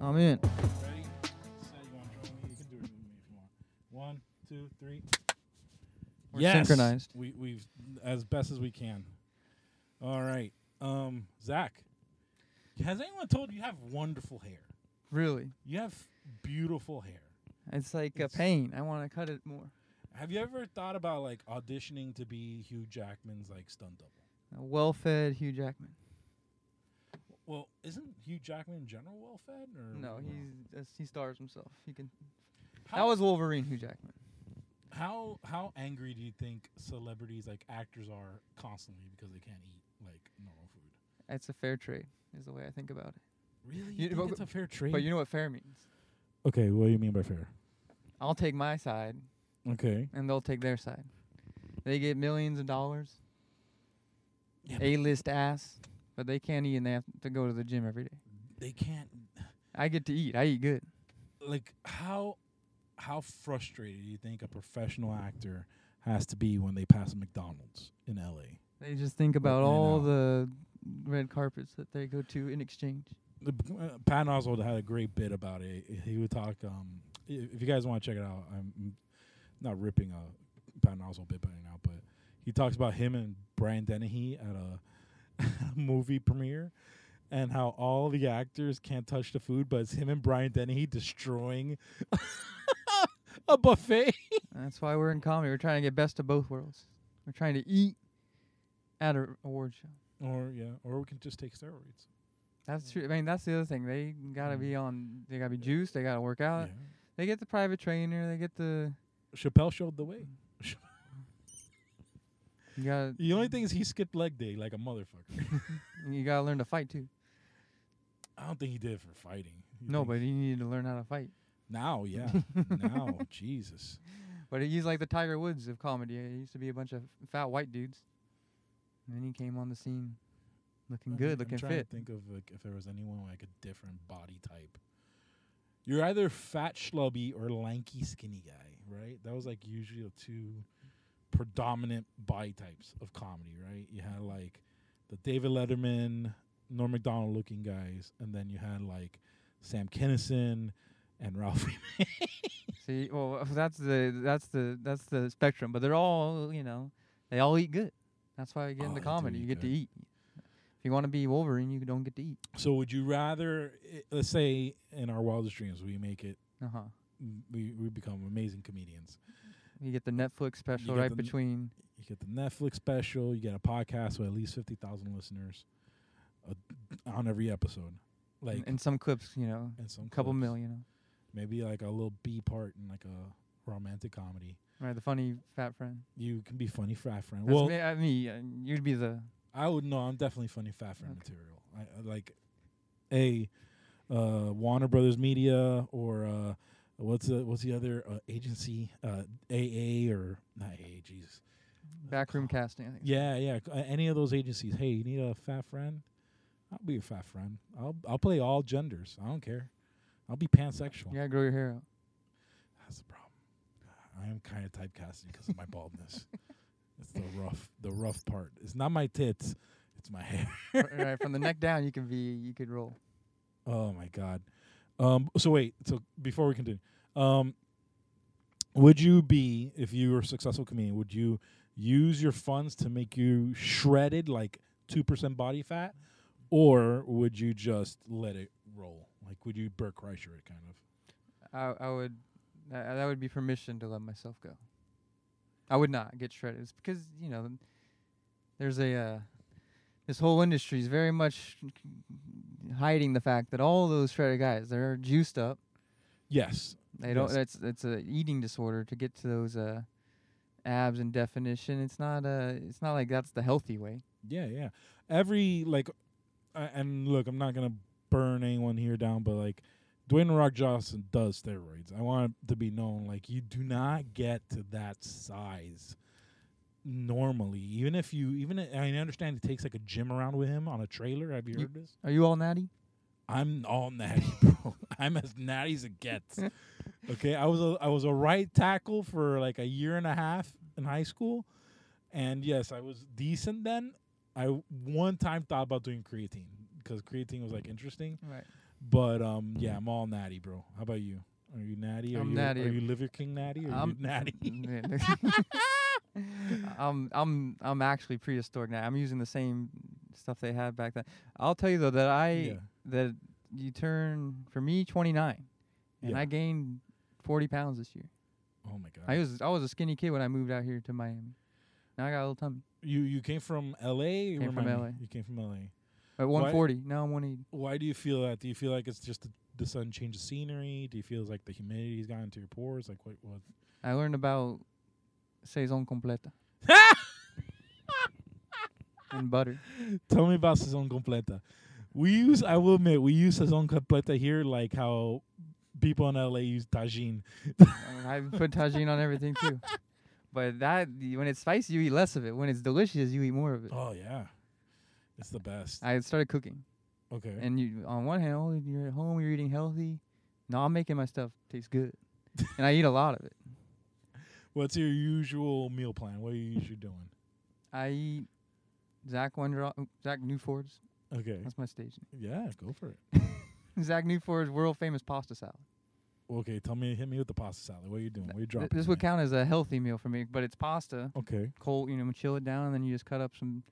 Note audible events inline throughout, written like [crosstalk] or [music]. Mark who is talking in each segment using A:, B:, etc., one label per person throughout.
A: I'm in.
B: Ready? Say you want to join me. You can do it with me if you want. One, two, three.
A: We're synchronized.
B: We we've as best as we can. All right. Um, Zach. Has anyone told you you have wonderful hair?
A: Really.
B: You have beautiful hair.
A: It's like a
B: It's-
A: pain. I want to cut it more.
B: Have you ever thought about like auditioning to be Hugh Jackman's like stunt double?
A: A well-fed Hugh Jackman.
B: Well, isn't Hugh Jackman in general well fed? Or
A: No, he's uh, he stars himself. He can.
B: how,
A: that was Wolverine Hugh Jackman.
B: how how angry do you think celebrities like actors are constantly because they can't eat like normal food?
A: That's a fair trade, is the way I think about it.
B: Really?
A: You-
B: You think
A: but-
B: it's a fair trade?
A: But you know what fair means?
B: okay, what do you mean by fair?
A: I'll take my side,
B: Okay.
A: and they'll take their side. They get millions of dollars,
B: Yeah, but
A: A-list ass, but they can't eat, and they have to go to the gym every day.
B: they can't
A: I get to eat. I eat good.
B: like how how frustrated do you think a professional actor has to be when they pass a McDonald's in LA?
A: They just think about
B: you
A: all
B: know.
A: the red carpets that they go to in exchange.
B: The, uh, Pat Oswald had a great bit about it. He would talk. Um, i- if you guys want to check it out, I'm not ripping a Pat Oswald bit by now, but he talks about him and Brian Dennehy at a [laughs] movie premiere and how all the actors can't touch the food, but it's him and Brian Dennehy destroying [laughs] a buffet.
A: That's why we're in comedy. We're trying to get best of both worlds. We're trying to eat at a award show.
B: Or yeah, or we can just take steroids.
A: That's true. I mean, that's the other thing. They gotta
B: Mm.
A: be on. They gotta be juiced. They gotta work out.
B: yeah.
A: They get the private trainer. They get the.
B: Chappelle showed the way.
A: You gotta.
B: The only thing is he skipped leg day like a motherfucker.
A: You gotta learn to fight too.
B: I don't think he did it for fighting. You
A: No,
B: think-
A: but you need to learn how to fight. [laughs]
B: Now, yeah. now, Jesus.
A: But he's like the Tiger Woods of comedy. It used to be a bunch of fat white dudes, and then he came on the scene, looking [laughs]
B: I'm-
A: good,
B: I'm
A: looking
B: trying to
A: fit.
B: think of like if there was anyone with, like a different body type. You're either fat schlubby or lanky skinny guy, right? That was like usually the two predominant body types of comedy, right? You had like the David Letterman, Norm Macdonald looking guys, and then you had like Sam Kinison and Ralph
A: See, well, [laughs] that's the that's the that's the spectrum. But they're all you know, they all eat good. That's why you get
B: Oh, they
A: into
B: do
A: comedy.
B: eat
A: You get to
B: good.
A: eat. If you want to be Wolverine, you don't get to eat.
B: [laughs] So would you rather, i- let's say, in our wildest dreams, we make it,
A: Uh huh.
B: we, we become amazing comedians.
A: You get the Netflix special
B: get
A: right
B: the n-
A: between.
B: You get the Netflix special, you get a podcast with at least fifty thousand listeners uh, on every episode, like
A: and, some clips, you know,
B: and some
A: a couple
B: clips.
A: million. You know,
B: maybe like a little B part in like a romantic comedy.
A: right? The funny fat friend.
B: You can be funny fat friend.
A: That's
B: well,
A: me, I, me. uh, You'd be the.
B: I would know. I'm definitely funny fat friend
A: Okay.
B: material. I, I like a uh, Warner Brothers Media or uh, what's the, what's the other uh, agency? Uh, AA or not AA? Jesus. [sighs]
A: Backroom casting, I think.
B: Yeah, yeah. c- uh, Any of those agencies. Hey, you need a fat friend? I'll be your fat friend. I'll I'll play all genders. I don't care. I'll be pansexual.
A: You gotta grow your hair
B: [laughs]
A: out.
B: That's the problem. I am kind of typecasted because of my baldness. It's the rough the rough part. It's not my tits. It's my hair.
A: Fr- right from the neck down, you can be. You could roll.
B: Oh my god. Um so wait, so before we continue. Um would you be if you were a successful comedian, would you use your funds to make you shredded like 2% body fat or would you just let it roll? Like would you Burke Kreischer it kind of?
A: I I would that, that would be permission to let myself go. I would not get shredded. It's because you know there's a uh, this whole industry is very much hiding the fact that all those shredded guys they're juiced up.
B: Yes.
A: They don't.
B: Yes.
A: That's it's a eating disorder to get to those uh abs and definition. It's not uh it's not like that's the healthy way.
B: Yeah, yeah. Every like, uh, and look, I'm not gonna burn anyone here down, but like, Dwayne "The Rock Johnson does steroids. I want it to be known, like, you do not get to that size normally. Even if you, even i- I understand he takes like a gym around with him on a trailer. Have you
A: You-
B: heard this?
A: Are you all natty?
B: I'm all natty, [laughs] bro. I'm as natty as it gets. Okay, I was a I was a right tackle for like a year and a half in high school, and yes, I was decent then. I one time thought about doing creatine because creatine was like interesting,
A: Right.
B: But um, yeah, I'm all natty, bro. How about you? Are you natty? Are
A: I'm
B: you,
A: natty.
B: Are you Liver King natty? Or are you
A: I'm-
B: [laughs] natty?
A: [laughs] I'm I'm I'm actually prehistoric now. I'm using the same stuff they had back then. I'll tell you though that I
B: yeah.
A: that you turn for me 29, and
B: Yeah.
A: I gained 40 pounds this year.
B: Oh my god.
A: I was I was a skinny kid when I moved out here to Miami. Now I got a little tummy.
B: you you came from L.A.
A: Came from
B: Remind me.
A: LA.
B: You came from L.A.
A: At 140, now I'm 180.
B: Why do you feel that? Do you feel like it's just the, the sun changed the scenery? Do you feel like the humidity's gotten to your pores? Like what? what?
A: I learned about saison completa
B: [laughs]
A: and butter.
B: Tell me about saison completa. We use, I will admit, we use saison completa here, like how people in LA use tagine.
A: And I put tagine on everything
B: [laughs]
A: too. But that when it's spicy, you eat less of it. When it's delicious, you eat more of it.
B: Oh yeah, it's the best.
A: I started cooking,
B: Okay.
A: and you on one hand, oh, you're at home, you're eating healthy. No, I'm making my stuff taste
B: [laughs]
A: good, and I eat a lot of it.
B: What's your usual meal plan? What are you usually doing?
A: I eat Zach Wonder, Zach Newford's.
B: Okay.
A: That's my stage
B: Yeah, go for it.
A: name. [laughs] Zach Newford's world famous pasta salad.
B: Okay, tell me, hit me with the pasta salad. What are you doing? What are you
A: Th-
B: dropping?
A: this would count as a healthy meal for me, but it's pasta.
B: Okay.
A: cold, you know, chill it down, and then you just cut up some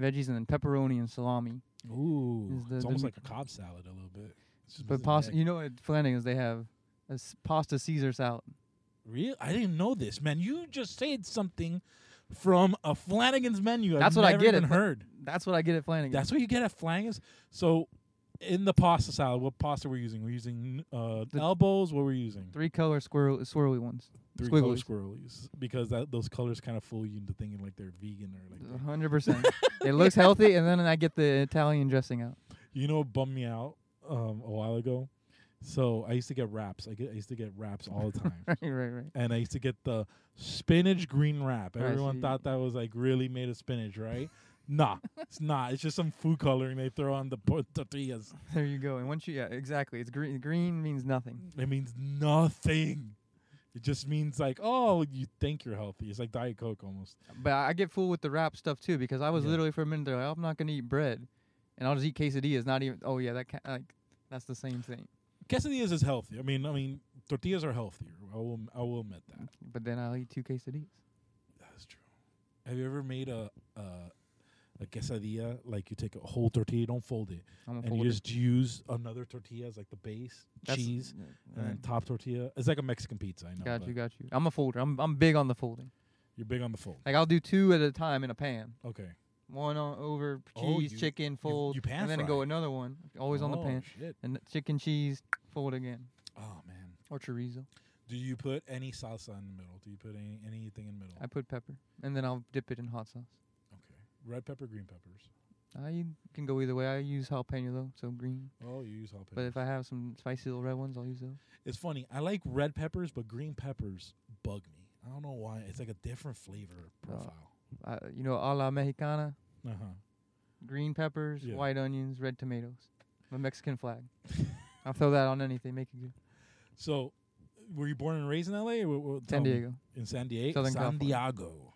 A: veggies and then pepperoni and salami.
B: Ooh,
A: Is the-
B: it's
A: the
B: almost
A: meat-
B: like a cob salad a little bit. It's just
A: But
B: missing the
A: pasta,
B: egg.
A: you know, at Flanagan's they have a s- pasta Caesar salad.
B: Real? I didn't know this, man. You just said something from a Flanagan's menu. I've
A: That's what I
B: never
A: get
B: Even
A: at-
B: heard.
A: That's what I get at Flanagan's.
B: That's what you get at Flanagan's. So, in the pasta salad, what pasta we're using? We're using uh,
A: The-
B: elbows. What we're using?
A: Three color squirrel, swirly ones.
B: Three color
A: squiggles.
B: squirrelies, because that those colors kind of fool you into thinking like they're vegan or like. they're-
A: 100%. [laughs] it looks healthy, and then I get the Italian dressing out. [laughs]
B: You know what bummed me out um, a while ago? So I used to get wraps. I get I used to get wraps all the time.
A: right, right, right.
B: and I used to get the spinach green wrap.
A: Right, so
B: Everyone
A: you-
B: thought that was like really made of spinach, right? nah, it's not. It's just some food coloring they throw on the po- tortillas.
A: There you go. And once you, yeah, exactly. It's green. Green means nothing.
B: It means nothing. It just means like, oh, you think you're healthy. It's like Diet Coke almost.
A: But I get fooled with the wrap stuff too because I was
B: Yeah.
A: literally for a minute there, like, I'm not going to eat bread, and I'll just eat quesadillas. Not even, oh, yeah, that ca- like, that's the same thing.
B: Quesadillas is healthy. I mean, I mean, tortillas are healthier. I will, I will admit that.
A: But then I'll eat two quesadillas.
B: That's true. Have you ever made a, a a quesadilla like you take a whole tortilla, don't fold it,
A: I'm a
B: and you just use another tortilla as like the base, cheese, and then top tortilla. It's like a Mexican pizza. I know.
A: Mm. Got
B: but
A: you, got you. I'm a folder. I'm I'm big on the folding.
B: You're big on the fold.
A: Like I'll do two at a time in a pan.
B: Okay. You-
A: One on over cheese,
B: Oh, you-
A: chicken, fold,
B: you pan
A: and then
B: fry.
A: go another one. Always on the
B: Oh,
A: pan.
B: Shit.
A: And th- chicken, cheese, fold again,
B: Oh man.
A: or chorizo.
B: Do you put any salsa in the middle? Do you put any anything in the middle?
A: I put pepper, and then I'll dip it in hot sauce.
B: okay. Red pepper, green peppers.
A: I can go either way. I use jalapeno though, so green.
B: Oh, you use jalapeno.
A: But if I have some spicy little red ones, I'll use those.
B: it's funny. I like red peppers, but green peppers bug me. I don't know why. It's like a different flavor profile.
A: Uh, you know, a la mexicana,
B: Uh
A: green peppers,
B: Yeah.
A: white onions, red tomatoes. The Mexican flag. [laughs]
B: huh.
A: I'll throw that on anything. Make it good.
B: so, were you born and raised in L.A. Or, wh- wh- tell
A: San
B: me.
A: Diego.
B: In San Diego.
A: Southern
B: San
A: California.
B: Diego.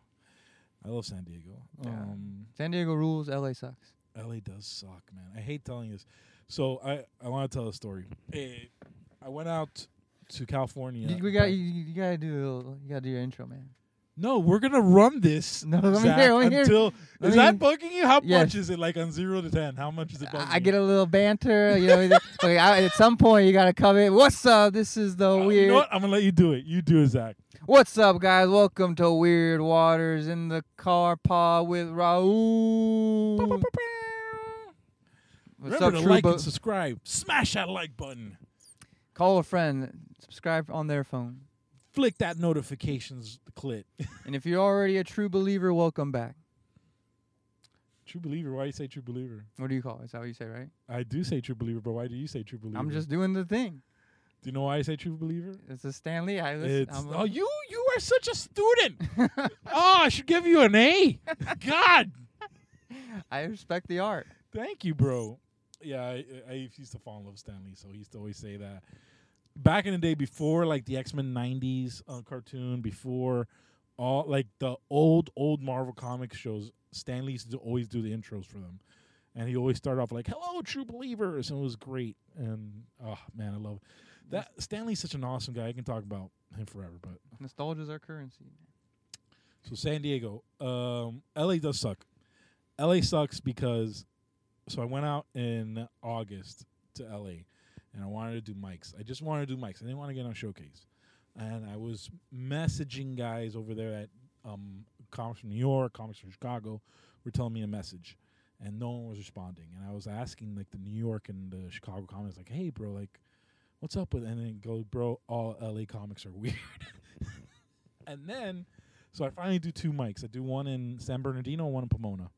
B: I love San Diego.
A: Yeah.
B: Um,
A: San Diego rules. LA sucks.
B: LA does suck, man. I hate telling this. So I I want to tell a story. Eh, I went out to California.
A: You, we got you, you gotta do a little- you gotta do your intro, man.
B: No, we're gonna run this.
A: No, let me
B: Zach,
A: hear, let me hear.
B: until
A: Let
B: is
A: me-
B: that bugging you? How
A: Yes.
B: much is it? Like on zero to ten? How much is it bugging?
A: I I get a little banter, you know. like, I, at some point, you gotta come in. What's up? This is the
B: Uh, You
A: weird.
B: know what? I'm gonna let you do it. You do it, Zach.
A: What's up, guys? Welcome to Weird Waters in the car pod with Raul. What's
B: Remember
A: up,
B: to like
A: Trubo?
B: and subscribe. Smash that like button.
A: Call a friend. Subscribe on their phone.
B: Flick that notifications clit. [laughs]
A: And if you're already a true believer, welcome back.
B: true believer. Why you say true believer?
A: What do you call it? Is that what you say, right?
B: I do say true believer, but why do you say true believer?
A: I'm just doing the thing.
B: Do you know why I say true believer?
A: It's a Stanley. I listen.
B: It's,
A: I'm a-
B: oh, you you are such a student. oh, I should give you
A: [laughs]
B: an A. God,
A: [laughs] I respect the art.
B: thank you, bro. Yeah, I, I I used to fall in love with Stanley, so he used to always say that. Back in the day, before like the X Men '90s uh, cartoon, before all like the old old Marvel comic shows, Stanley used to always do the intros for them, and he always started off like "Hello, true believers," and it was great. And oh man, I love it. that. Stanley's such an awesome guy. I can talk about him forever. But
A: Nostalgia's our currency.
B: so San Diego, um, LA does suck. LA sucks because so I went out in August to LA, and I wanted to do mics. I just wanted to do mics. I didn't want to get on showcase, and I was messaging guys over there at um, comics from New York, comics from Chicago, were telling me a message, and no one was responding. And I was asking like the New York and the Chicago comics, like, "Hey, bro, like, what's up with?" And then it goes, "Bro, all LA comics are [laughs] weird." and then, so I finally do two mics. I do one in San Bernardino, one in Pomona.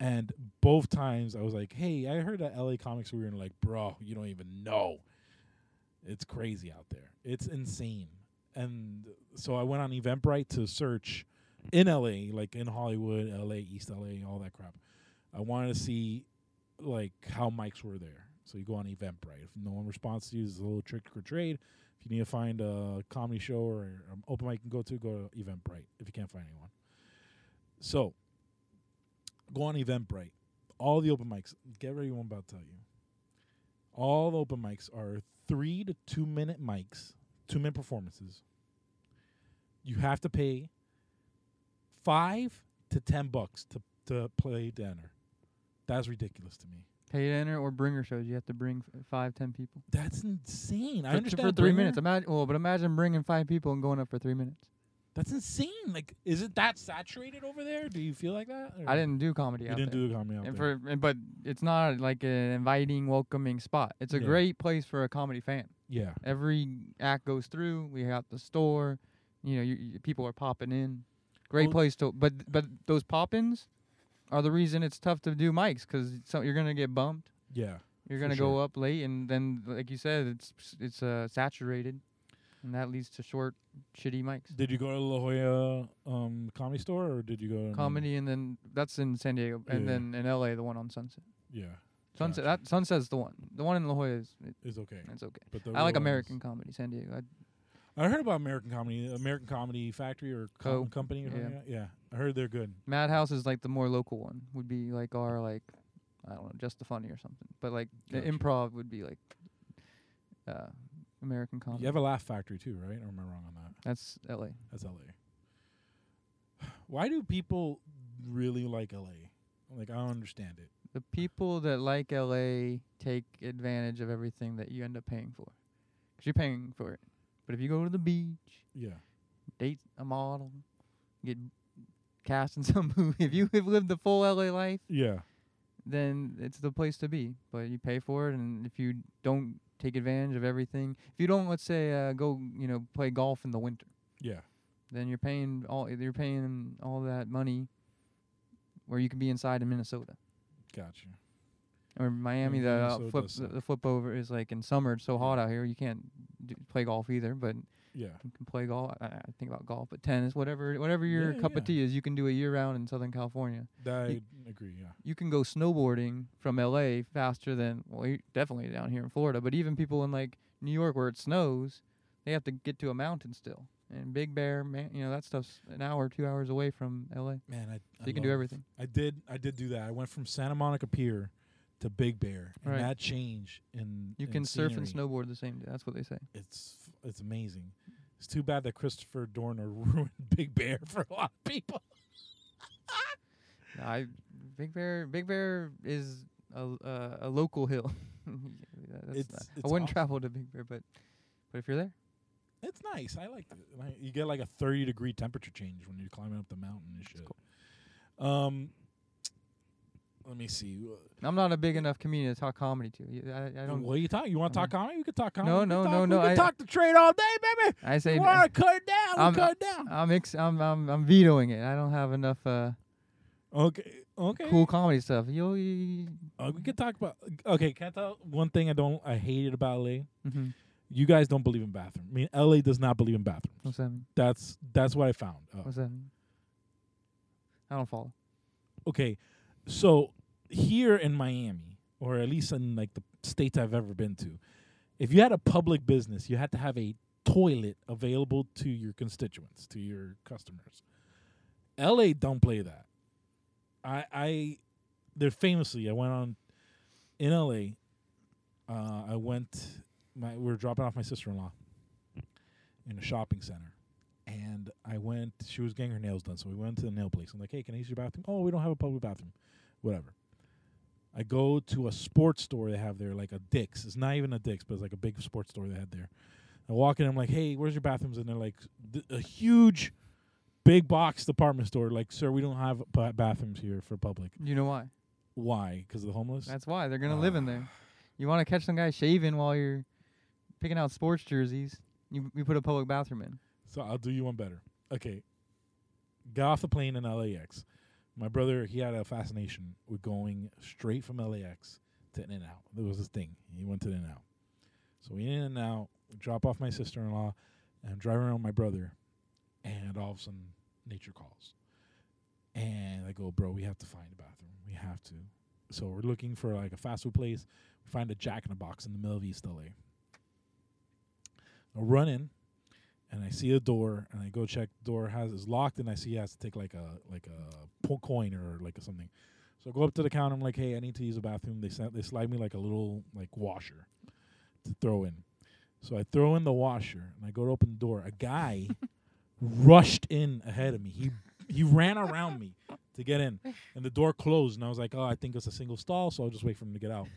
B: And both times I was like, "Hey, I heard that LA comics were weird." And like, bro, you don't even know. It's crazy out there. It's insane. And so I went on Eventbrite to search in LA, like in Hollywood, LA, East LA, all that crap. I wanted to see like how mics were there. So you go on Eventbrite. If no one responds to you, there's a little trick or trade. If you need to find a comedy show or an open mic you can go to, go to Eventbrite if you can't find anyone. So go on Eventbrite. All the open mics, get ready, what I'm about to tell you. All the open mics are three to two minute mics, two minute performances. You have to pay five to ten bucks to, to play to enter. That's ridiculous to me.
A: Pay to enter or bringer shows. You have to bring f- five, ten people.
B: That's insane. I
A: For-
B: understand
A: for three
B: Bringer.
A: minutes. Imagine, well, but imagine bringing five people and going up for three minutes.
B: That's insane. Like, is it that saturated over there? Do you feel like that? or-
A: I didn't do comedy.
B: You
A: out
B: didn't
A: there.
B: do a comedy out
A: and
B: there.
A: for and- but it's not like an inviting, welcoming spot. It's a
B: Yeah.
A: great place for a comedy fan.
B: yeah.
A: Every act goes through. We have the store. You know, you, you, people are popping in. Great
B: Well-
A: place to. But but those pop-ins are the reason it's tough to do mics because so you're gonna get bumped.
B: Yeah.
A: You're
B: For
A: gonna go
B: sure.
A: up late, and then like you said, it's it's uh, saturated, and that leads to short, shitty mics.
B: Did you go to La Jolla um, Comedy Store or did you go to another-
A: Comedy, and then that's in San Diego, and
B: Mm-hmm. Yeah.
A: then in L.A. the one on Sunset.
B: Yeah,
A: Sunset.
B: Gotcha.
A: That Sunset's the one. The one in La Jolla is it,
B: it's okay.
A: it's okay.
B: But the
A: I like
B: real ones-
A: American comedy, San Diego. I,
B: I heard about American Comedy, American Comedy Factory or
A: Co.
B: com- Company. Or
A: Yeah.
B: yeah. yeah, I heard they're good.
A: Madhouse is like the more local one. Would be like our like, I don't know, just the funny or something. But like the
B: Gotcha.
A: improv would be like, uh, American comedy.
B: You have a Laugh Factory too, right? Or am I wrong on that?
A: That's L.A.
B: That's LA. [sighs] Why do people really like LA? Like I don't understand it.
A: The people that like L.A. take advantage of everything that you end up paying for, 'cause you're paying for it. But if you go to the beach,
B: Yeah,
A: date a model, get cast in [laughs] some movie, if you have lived the full L.A. life.
B: yeah.
A: then it's the place to be. But you pay for it, and if you don't take advantage of everything, if you don't, let's say, uh, go you know play golf in the winter,
B: Yeah.
A: then you're paying all you're paying all that money, where you can be inside in Minnesota
B: Gotcha.
A: or Miami. The uh,
B: Minnesota
A: flip
B: does
A: the,
B: suck.
A: the flip over is like in summer. It's so hot out here, you can't do, play golf either. But
B: Yeah.
A: you can play golf. I, I think about golf, but tennis, whatever, whatever your
B: Yeah,
A: cup of
B: yeah.
A: tea is, you can do a year round in Southern California.
B: I agree. Yeah.
A: you can go snowboarding from LA faster than well, you definitely down here in Florida, but even people in like New York where it snows, they have to get to a mountain still. And Big Bear, man, you know that stuff's an hour, two hours away from LA, so
B: Man, I. I
A: you can do
B: love-
A: everything.
B: I did. I did do that. I went from Santa Monica Pier to Big Bear, and
A: Right.
B: that change in
A: You
B: in
A: can surf and
B: scenery,
A: snowboard the same day. That's what they say.
B: It's f- it's amazing. It's too bad that Christopher Dorner [laughs] ruined Big Bear for a lot of people.
A: I Big Bear, Big Bear is a uh, a local hill. [laughs] That's
B: It's-
A: not-
B: it's
A: I wouldn't
B: awesome.
A: travel to Big Bear, but but if you're there,
B: It's nice. I liked it. Like, You get like a thirty degree temperature change when you're climbing up the mountain and shit. Um, let me see. Uh,
A: I'm not a big enough comedian to talk comedy to. You- I, I don't. Mm-hmm.
B: what are you talking? You want to talk comedy? We could talk comedy.
A: No,
B: We could
A: no,
B: talk-
A: no, no,
B: We could
A: I-
B: talk the trade all day, baby.
A: I say
B: We
A: n-
B: want to cut it down.
A: I'm-
B: We cut it down.
A: I'm ex- I'm I'm I'm vetoing it. I don't have enough uh,
B: Okay. Okay.
A: cool comedy stuff. Yo, you,
B: Uh, we could talk about. Okay, can I tell one thing I don't I hated about LA?
A: Mhm.
B: You guys don't believe in bathrooms. I mean, LA does not believe in bathrooms.
A: what's that mean?
B: That's that's what I found. Uh,
A: What's that mean? I don't follow.
B: okay, so here in Miami, or at least in like the states I've ever been to, if you had a public business, you had to have a toilet available to your constituents, to your customers. LA don't play that. I I they're famously. I went on in LA. Uh, I went. My we were dropping off my sister in law in a shopping center, and I went. She was getting her nails done, so we went to the nail place. I'm like, hey, can I use your bathroom? Oh, we don't have a public bathroom. Whatever. I go to a sports store they have there, like a Dick's. It's not even a Dick's, but it's like a big sports store they had there. I walk in, I'm like, hey, where's your bathrooms? And they're like, th- a huge, big box department store. Like, sir, we don't have ba- bathrooms here for public.
A: You know why?
B: Why? Because the homeless?
A: That's why they're gonna live in there. You want to catch some guy shaving while you're picking out sports jerseys? You you put a public bathroom in.
B: So I'll do you one better. Okay. Got off the plane in LAX. My brother, he had a fascination with going straight from LAX to In and Out. It was his thing. He went to In and Out. So we In and Out, drop off my sister in law, and I'm driving around with my brother, and all of a sudden nature calls. And I go, bro, we have to find a bathroom. We have to. So we're looking for like a fast food place. We find a jack in the box in the middle of East LA. I run in and I see a door, and I go check. Door has is locked, and I see he has to take like a like a po- coin or like something. So I go up to the counter. I'm like, hey, I need to use a bathroom. They sent, they slide me like a little like washer to throw in. So I throw in the washer, and I go to open the door. A guy rushed in ahead of me. He he ran around me to get in, and the door closed. And I was like, oh, I think it's a single stall, so I'll just wait for him to get out.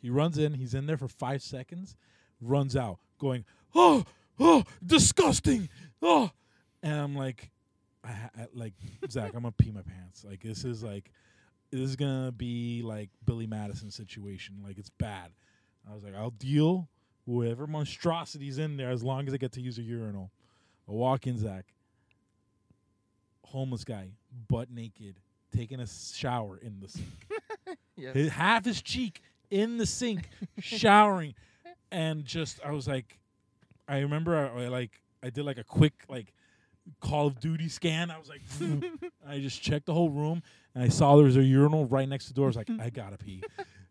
B: he runs in. He's in there for five seconds, runs out, going, oh [gasps] oh, disgusting. Oh, and I'm like, I, ha- I, like Zach, I'm gonna pee my pants. Like this is like, this is gonna be like Billy Madison situation. Like it's bad. I was like, I'll deal with whatever monstrosities in there as long as I get to use a urinal. I walk in, Zach. Homeless guy, butt naked, taking a shower in the sink.
A: Yeah.
B: His, half his cheek in the sink, showering, and just I was like, I remember I, I like I did like a quick like Call of Duty scan. I was like, [laughs] I just checked the whole room and I saw there was a urinal right next to the door. I was like, I gotta pee.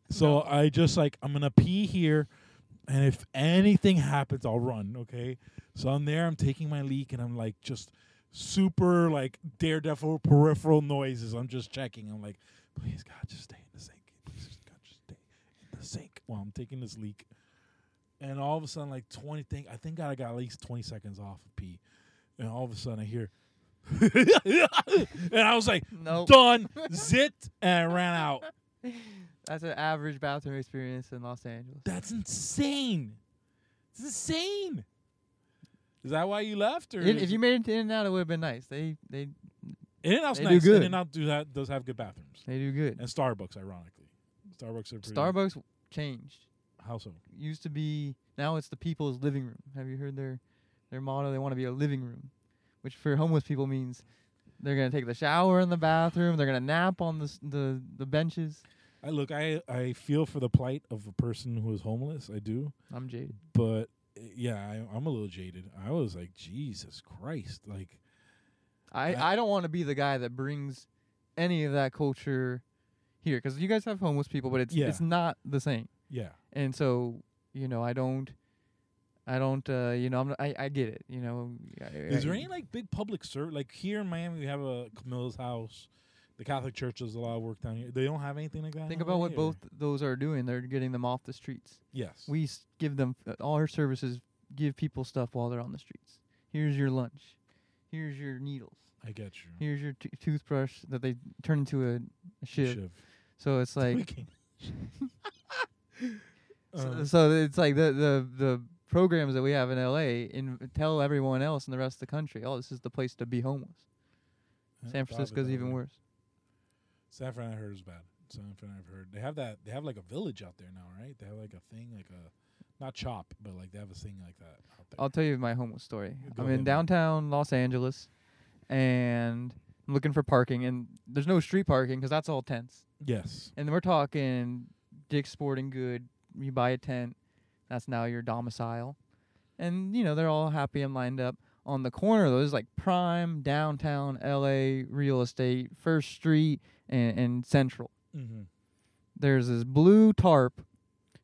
B: So I just like I'm gonna pee here, and if anything happens, I'll run. Okay. So I'm there. I'm taking my leak and I'm like just super like daredevil peripheral noises. I'm just checking. I'm like, please God, just stay in the sink. Please just God, just stay in the sink while I'm taking this leak. And all of a sudden, like 20 thing, I think I got at least 20 seconds off of pee. And all of a sudden, I hear, [laughs] and I was like,
A: [laughs] Nope.
B: done, zit, and I ran out.
A: That's an average bathroom experience in Los Angeles.
B: That's insane. It's insane. Is that why you left? Or
A: If- if you made it to In and Out, it would have been nice. They they
B: In and Out's
A: they do
B: nice.
A: good.
B: In and Out do that does have good bathrooms
A: they do good.
B: and Starbucks, ironically. Starbucks are pretty.
A: Starbucks changed.
B: How so?
A: Used to be now it's the people's living room. Have you heard their their motto? They want to be a living room, which for homeless people means they're gonna take the shower in the bathroom. They're gonna nap on the s- the, the benches.
B: I look. I I feel for the plight of a person who is homeless. I do.
A: I'm jaded.
B: but uh, yeah, I, I'm a little jaded. I was like, Jesus Christ, like
A: I,
B: I-
A: I don't want to be the guy that brings any of that culture here because you guys have homeless people, but it's
B: Yeah.
A: it's not the same.
B: yeah,
A: And so you know, I don't, I don't, uh, you know, I'm not, I I get it. You know, I,
B: is there
A: I-
B: any like big public service? Like here in Miami, we have a Camilla's house. The Catholic Church does a lot of work down here. They don't have anything like that.
A: Think
B: in
A: about what
B: LA, or-
A: both those are doing. They're getting them off the streets.
B: Yes.
A: We s- give them uh, all our services. Give people stuff while they're on the streets. Here's your lunch. Here's your needles.
B: I get you.
A: Here's your t- toothbrush that they turn into a, a shiv.
B: [laughs] Shiv.
A: So it's like
B: We can-
A: So,
B: Um,
A: so it's like the, the the programs that we have in LA in tell everyone else in the rest of the country, oh, this is the place to be homeless.
B: I
A: San
B: hadn't thought of it
A: Francisco's
B: that
A: even
B: way.
A: worse.
B: San Fran, I heard is bad. San Fran, I've heard they have that. They have like a village out there now, right? They have like a thing, like a not chop, but like they have a thing like that out there.
A: I'll tell you my homeless story.
B: Go
A: I'm
B: ahead,
A: in
B: man.
A: downtown Los Angeles, and I'm looking for parking, and there's no street parking 'cause that's all tents.
B: yes.
A: And we're talking Dick's Sporting Good. You buy a tent, that's now your domicile, and you know they're all happy and lined up. On the corner, though, is like prime downtown LA real estate, First Street, and, and Central.
B: Mm-hmm.
A: there's this blue tarp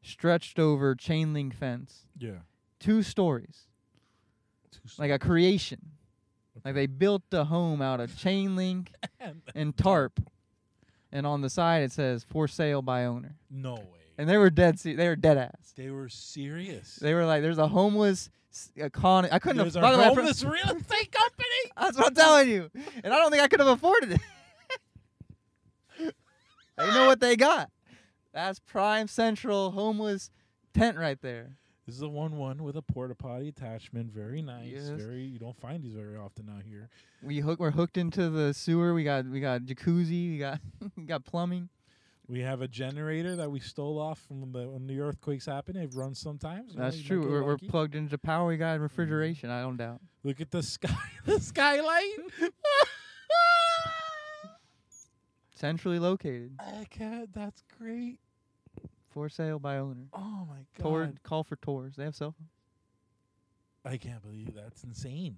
A: stretched over chain link fence,
B: Yeah.
A: two stories, like a creation. Like they built the home out of chain link and tarp, and on the side it says for sale by owner.
B: [laughs] No way.
A: And they were dead. Se- they were dead ass.
B: they were serious.
A: They were like, "There's a homeless s- a con." I couldn't.
B: There's
A: have,
B: a
A: by the way, I fr-
B: homeless [laughs] real estate company.
A: That's what I'm telling you. And I don't think I could have afforded it. [laughs] they know what they got. That's prime central homeless tent right there.
B: This is a one one with a porta potty attachment. Very nice.
A: Yes.
B: Very. You don't find these very often out here.
A: We hook we're hooked into the sewer. We got we got jacuzzi, we got [laughs] we got plumbing.
B: We have a generator that we stole off from the when the earthquakes happen. It runs sometimes. you know,
A: That's
B: you might
A: true.
B: get
A: We're, we're
B: lucky. Mm-hmm.
A: plugged into power. We got refrigeration, I don't doubt.
B: Look at the sky. [laughs] The skylight. [laughs]
A: Centrally located.
B: I can't. That's great.
A: For sale by owner.
B: Oh my god.
A: Tour, call for tours. They have cell phones.
B: I can't believe that's insane.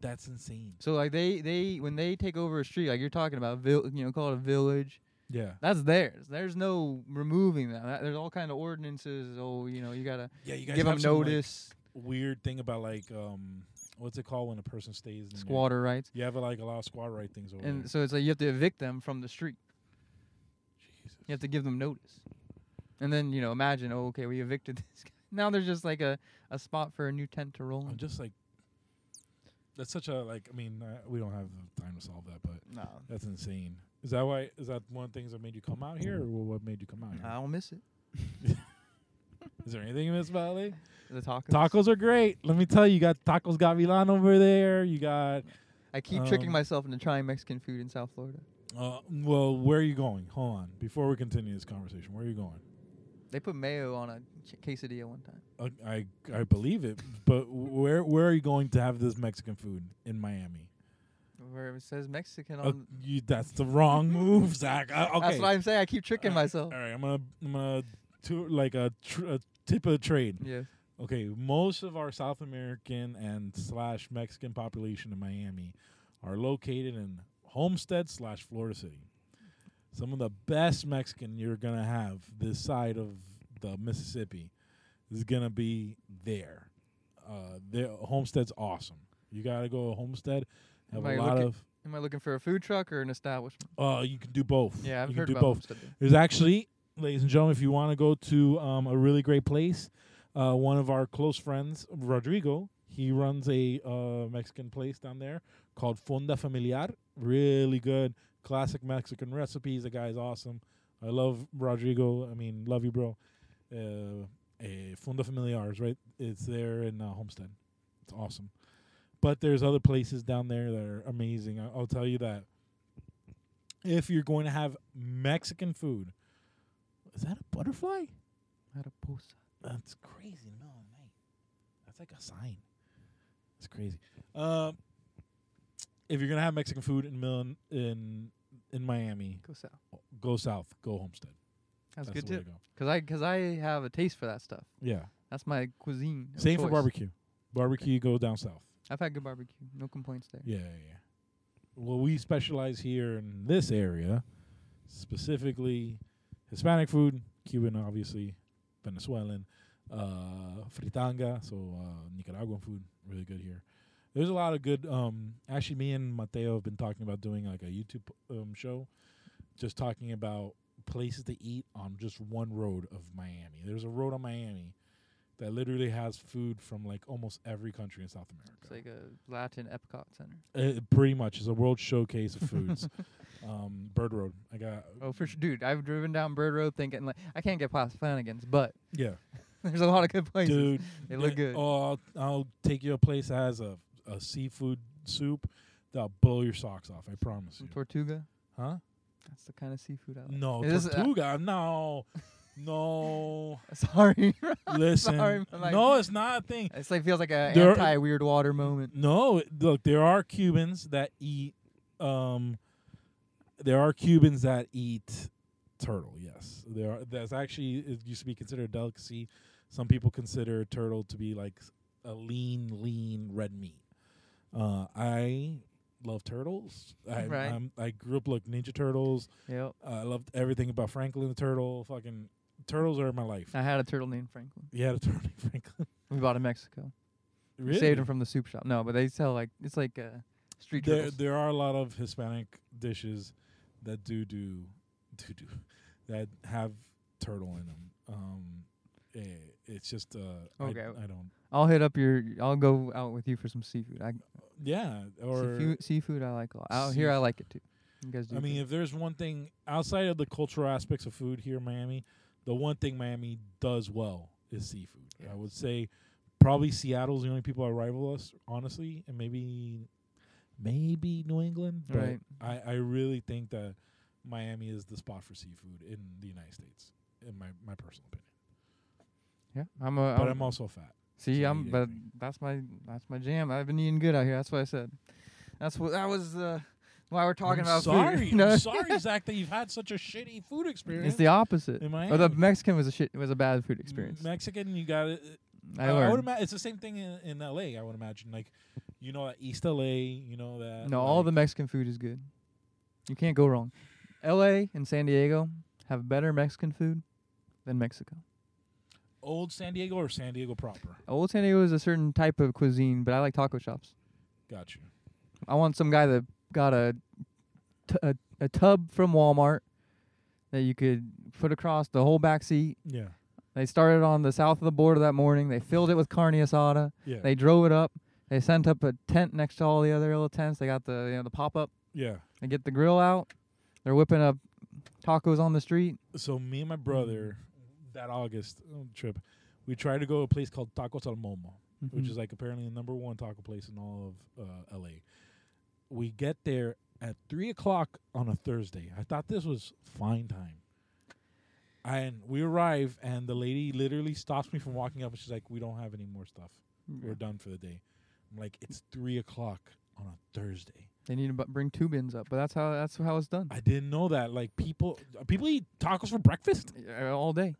B: That's insane.
A: So like they they when they take over a street, like you're talking about, vil- you know, call it a village.
B: Yeah.
A: That's theirs. There's no removing that. that there's all kind of ordinances. Oh, you know, you gotta
B: Yeah. You guys
A: give 'em give them
B: have some, like, mm,
A: notice,
B: weird thing about like um, what's it called when a person stays in your-
A: squatter rights,
B: You have like a lot of squatter right things over
A: and
B: there.
A: so it's like you have to evict them from the street.
B: Jesus.
A: You have to give them notice, and then you know, imagine, oh, okay, we evicted [laughs] this guy. Now there's just like a, a spot for a new tent to roll
B: I'm
A: in.
B: just like that's such a like. I mean, uh, we don't have the time to solve that, but
A: No,
B: that's insane. Is that why? Is that one of the things that made you come out here, or wha- what made you come out here? Is
A: I don't miss it.
B: there anything you miss about LA?
A: The tacos.
B: Tacos are great. Let me tell you, you got tacos Gavilan over there. You got
A: I keep tricking
B: um,
A: myself into trying Mexican food in South Florida.
B: Uh, well, where are you going? Hold on. Before we continue this conversation, where are you going?
A: They put mayo on a ch- quesadilla one time.
B: Uh, I I believe it, but where where are you going to have this Mexican food in Miami?
A: Where it says Mexican
B: Uh,
A: on.
B: you, that's the wrong move, Zach. I, Uh, okay.
A: That's what I'm saying. I keep tricking
B: Uh,
A: myself.
B: All right, I'm gonna I'm gonna to, like a, tr- a tip of the trade.
A: Yes.
B: Okay, most of our South American and slash Mexican population in Miami are located in Homestead slash Florida City. Some of the best Mexican you're gonna have this side of the Mississippi is gonna be there. Uh, their Homestead's awesome. You gotta go to Homestead. Have
A: Am I
B: a lot
A: looking-
B: of.
A: Am I looking for a food truck or an establishment?
B: Uh, you can do both.
A: Yeah, I've
B: you
A: heard
B: can do
A: about
B: both.
A: Homestead Bay.
B: There's actually, ladies and gentlemen, if you want to go to um, a really great place, uh, one of our close friends, Rodrigo, he runs a uh, Mexican place down there called Fonda Familiar. Really good, classic Mexican recipes. The guy's awesome. I love Rodrigo. I mean, love you, bro. Uh, uh, Fonda Familiar is right. It's there in uh, Homestead. It's awesome. But there's other places down there that are amazing. I- I'll tell you that if you're going to have Mexican food. Is that a butterfly?
A: Mariposa.
B: That's crazy. No, night. That's like a sign. It's crazy. Um, if you're gonna have Mexican food in Millen, in in Miami,
A: Go south.
B: go south, go Homestead.
A: That's,
B: That's
A: good
B: the way
A: tip.
B: to go.
A: Cause I, cause I have a taste for that stuff.
B: Yeah.
A: That's my cuisine. of
B: Same for
A: choice.
B: barbecue. Barbecue, go down south.
A: I've had good barbecue. No complaints there.
B: Yeah, yeah. yeah. Well, we specialize here in this area, specifically Hispanic food, Cuban, obviously, Venezuelan, uh, fritanga, so uh, Nicaraguan food, really good here. There's a lot of good. Um, actually, me and Mateo have been talking about doing like a YouTube um, show, just talking about places to eat on just one road of Miami. There's a road on Miami that literally has food from like almost every country in South America.
A: It's like a Latin Epcot Center.
B: Uh, pretty much, it's a world showcase of foods. um, Bird Road, I got.
A: Oh, for sure, dude. I've driven down Bird Road thinking like I can't get past Flanagan's, but [laughs]
B: Yeah,
A: there's a lot of good places.
B: dude,
A: they look good.
B: Oh, I'll, I'll take you a place that has a, a seafood soup that'll blow your socks off. I promise
A: Some
B: you.
A: Tortuga.
B: Huh?
A: That's the kind of seafood I like.
B: No,
A: It is, uh,
B: Tortuga. no, no.
A: [laughs] Sorry.
B: Listen,
A: Sorry, but like-
B: no, it's not a thing.
A: it's like feels like a
B: There-
A: anti weird water moment.
B: No, look, there are Cubans that eat. Um, there are Cubans that eat turtle. Yes, there are. That's actually it used to be considered a delicacy. Some people consider turtle to be like s- a lean, lean red meat. Uh, I love turtles. I,
A: Right.
B: I'm, I grew up like Ninja Turtles.
A: Yep.
B: I loved everything about Franklin the turtle. Fucking turtles are my life.
A: I had a turtle named Franklin.
B: You [laughs] had a turtle, named Franklin.
A: We bought in Mexico. We
B: Really?
A: saved him from the soup shop. No, but they sell like it's like uh, street
B: there,
A: turtles.
B: there are a lot of Hispanic dishes that do do do do that have turtle in them. Um, eh, it's just uh, I-
A: Okay.
B: I, don't.
A: I'll hit up your. I'll go out with you for some seafood. I
B: Yeah, or
A: seafood, seafood I like a lot. Out here I
B: Seafood.
A: like it too. You guys do.
B: I mean,
A: too.
B: if there's one thing outside of the cultural aspects of food here in Miami, the one thing Miami does well is seafood.
A: Yeah.
B: I would say probably Seattle's the only people that rival us, honestly, and maybe maybe New England. But
A: Right.
B: I, I really think that Miami is the spot for seafood in the United States, in my, my personal opinion.
A: yeah, I'm a.
B: But
A: I'm-
B: I'm also fat.
A: See,
B: So
A: I'm
B: you
A: but
B: agree.
A: that's my that's my jam. I've been eating good out here. That's what I said. That's what that was uh, why we're talking
B: I'm
A: about [laughs]
B: sorry.
A: food. No,
B: I'm sorry, Zach, that you've had such a shitty food
A: it's
B: experience.
A: the opposite.
B: in
A: Oh, the
B: Miami.
A: Mexican was a shit was a bad food [laughs] experience.
B: Mexican, you got it.
A: I
B: Mm, I,
A: learned.
B: would imagine it's the same thing in, in L.A. I would imagine, like, you know, that East L.A. You know that.
A: no, all the
B: like,
A: Mexican food is good. You can't go wrong. L.A. and San Diego have better Mexican food than Mexico.
B: old San Diego or San Diego proper.
A: Old San Diego is a certain type of cuisine, but I like taco shops.
B: Got you.
A: I want some guy that got a t- a, a tub from Walmart that you could put across the whole back seat.
B: Yeah,
A: They started on the south of the border that morning. They filled it with carne asada.
B: yeah,
A: They drove it up. They sent up a tent next to all the other little tents. They got the you know the pop up.
B: yeah.
A: They get the grill out. They're whipping up tacos on the street.
B: So me and my brother, that August um, trip, we tried to go to a place called Tacos Al Momo, which
A: Mhm.
B: is like apparently the number one taco place in all of uh, L.A. We get there at three o'clock on a Thursday. I thought this was fine time. And we arrive, and the lady literally stops me from walking up, and she's like, "We don't have any more stuff.
A: Mm-hmm.
B: We're done for the day." I'm like, "It's three o'clock on a Thursday.
A: they need to bu- bring two bins up, but that's how that's how it's done
B: I didn't know that. Like people, people eat tacos for breakfast.
A: Yeah, all day.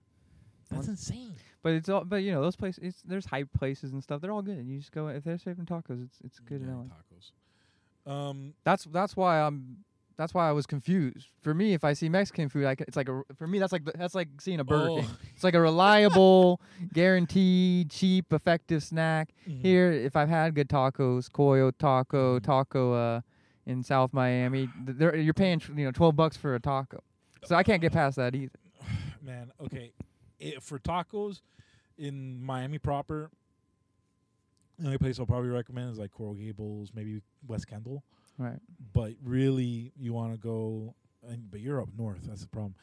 B: That's insane.
A: But it's all but you know those places. It's, there's hype places and stuff. They're all good. You just go if they're serving tacos, it's it's good. in
B: Yeah,
A: LA.
B: tacos. Um,
A: That's that's why I'm. That's why I was confused. For me, if I see Mexican food, I c it's like a. For me, that's like the- that's like seeing a Burger
B: Oh. [laughs]
A: King. It's like a reliable, guaranteed, cheap, effective snack.
B: mhm.
A: Here, if I've had good tacos, Coyo Taco,
B: Mhm.
A: Taco uh, in South Miami, th- they're, you're paying tr- you know twelve bucks for a taco. So I can't get past that either.
B: man. Okay, it, for tacos in Miami proper, the only place I'll probably recommend is like Coral Gables, maybe West Kendall.
A: Right.
B: But really, you want to go, and, but you're up north. That's the problem.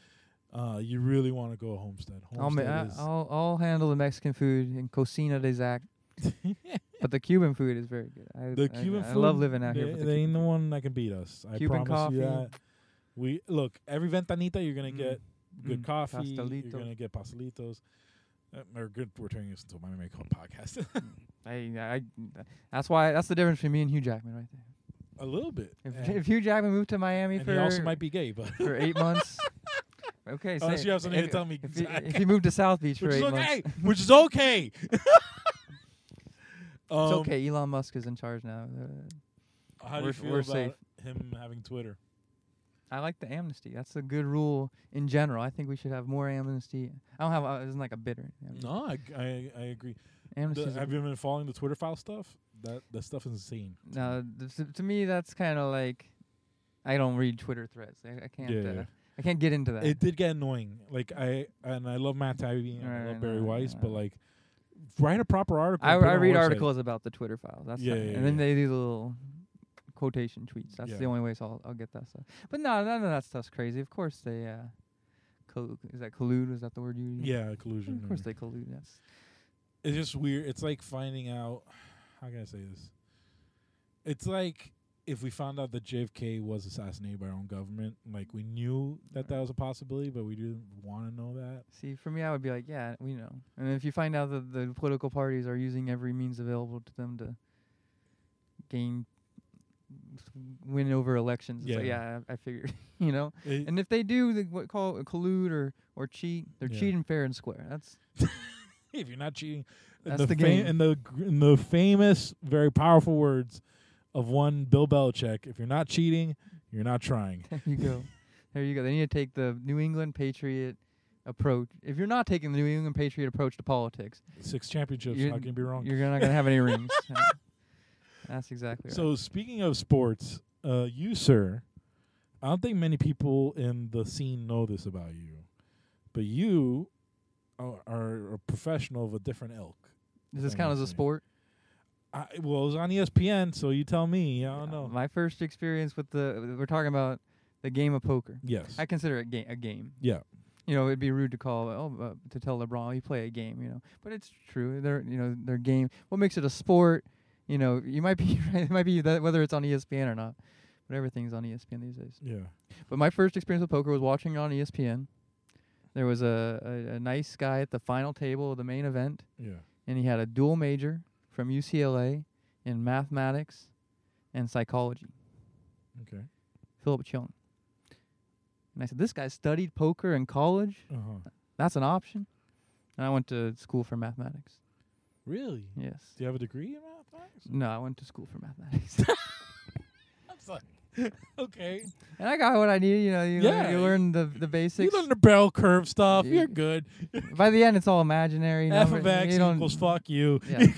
B: Uh, you really want to go Homestead.
A: I'll, ma-
B: Homestead
A: I-
B: is [laughs]
A: I'll I'll handle the Mexican food in Cocina de Zac, but the Cuban food is very good. I,
B: the
A: I,
B: Cuban
A: I
B: food.
A: love living out here.
B: They,
A: for the
B: they ain't
A: Cuban
B: the
A: food.
B: one that can beat us. I
A: Cuban
B: promise you
A: coffee.
B: that. We look every ventanita. You're gonna
A: Mm.
B: get good
A: Mm.
B: coffee.
A: Pastelito.
B: You're gonna get pastelitos. Uh, or good. We're turning this into a Miami Code podcast. [laughs]
A: I, I, that's why that's the difference between me and Hugh Jackman right there.
B: a little bit.
A: If,
B: and
A: if Hugh Jackman moved to Miami
B: and
A: for
B: he also might be gay,
A: [laughs]
B: but
A: for eight
B: [laughs]
A: months, okay.
B: Unless
A: say-
B: you have something to
A: if-
B: tell me,
A: If
B: [laughs]
A: he,
B: Zach.
A: if he moved to South Beach for
B: which is
A: eight months,
B: okay. which is
A: [laughs]
B: okay. um,
A: it's okay. Elon Musk is in charge now. Uh,
B: How do
A: We're-
B: you feel
A: we're
B: about
A: safe.
B: him having Twitter?
A: I like the amnesty. That's a good rule in general. I think we should have more amnesty. I don't have. Uh, it's not like a bitter. amnesty.
B: No, I I, I agree.
A: amnesty.
B: The-
A: is a-
B: have you been following the Twitter file stuff? That that stuff is insane. to me.
A: No, th- to, to me that's kind of like I don't read Twitter threads. I, I can't.
B: Yeah.
A: Uh, I can't get into that.
B: It did get annoying. Like I and I love Matt Taibbi and
A: Right,
B: I
A: right,
B: love Barry
A: right,
B: Weiss,
A: right,
B: but
A: right.
B: like write a proper article.
A: I,
B: and put it
A: I
B: on a
A: read
B: website.
A: articles about the Twitter files. That's
B: Yeah,
A: fine.
B: yeah,
A: and then
B: yeah.
A: they do the little quotation tweets. That's the
B: Yeah.
A: only way so I'll, I'll get that stuff. But no, none of that stuff's crazy. Of course they uh, collude. Is that collude? Is that the word you? use?
B: Yeah, collusion.
A: Of course
B: or-
A: they collude. That's
B: it's just weird. It's like finding out. How can I say this? It's like if we found out that JFK was assassinated by our own government. Like we knew that that was a possibility, but we didn't want to know that.
A: see for me. I would be like, yeah, we know. And if you find out that the political parties are using every means available to them to gain win over elections, it's like, yeah,
B: Yeah.
A: I, I figured, [laughs] you know.
B: It-
A: And if they do, they what call collude or or cheat, they're
B: Yeah.
A: cheating fair and square. That's
B: [laughs]
A: [laughs]
B: if you're not cheating,
A: That's
B: and the,
A: the
B: fam-
A: game.
B: and the gr- and the famous, very powerful words of one Bill Belichick. If you're not cheating, you're not trying.
A: There you go. There you go. They need to take the New England Patriot approach. If you're not taking the New England Patriot approach to politics,
B: Six championships.
A: You're-
B: how can you be wrong?
A: you're not going to have any
B: [laughs]
A: rings. Uh, That's exactly right.
B: So speaking of sports, uh, you sir I don't think many people in the scene know this about you, but you are, are a professional of a different ilk.
A: Does this count as a
B: Honestly.
A: sport?
B: I, well, it was on E ESPN, so you tell me. I don't
A: Yeah,
B: know.
A: My first experience with the we're talking about the game of poker.
B: yes.
A: I consider it ga- a game.
B: yeah.
A: You know, it'd be rude to call oh, uh, to tell LeBron "Oh, you play a game. You know, but it's true. They're you know their game. What makes it a sport? You know, you might be [laughs] right. It might be that whether it's on E ESPN or not, but everything's on E ESPN these days.
B: Yeah.
A: But my first experience with poker was watching it on E ESPN. There was a, a, a nice guy at the final table of the main event,
B: Yeah.
A: and he had a dual major from UCLA in mathematics and psychology.
B: Okay.
A: Philip Chung. And I said, This guy studied poker in college.
B: Uh huh.
A: That's an option. And I went to school for mathematics.
B: Really?
A: Yes.
B: Do you have a degree in mathematics?
A: No, I went to school for
B: [laughs]
A: mathematics.
B: I was like, [laughs] okay.
A: and I got what I needed. You know, you, learn-
B: Yeah,
A: you
B: you-
A: learn the, the
B: You
A: basics.
B: learn the bell curve stuff.
A: Yeah. [laughs]
B: You're good.
A: By the end, it's all imaginary.
B: F
A: number-
B: of X
A: you don't-
B: equals fuck you.
A: Yeah. [laughs]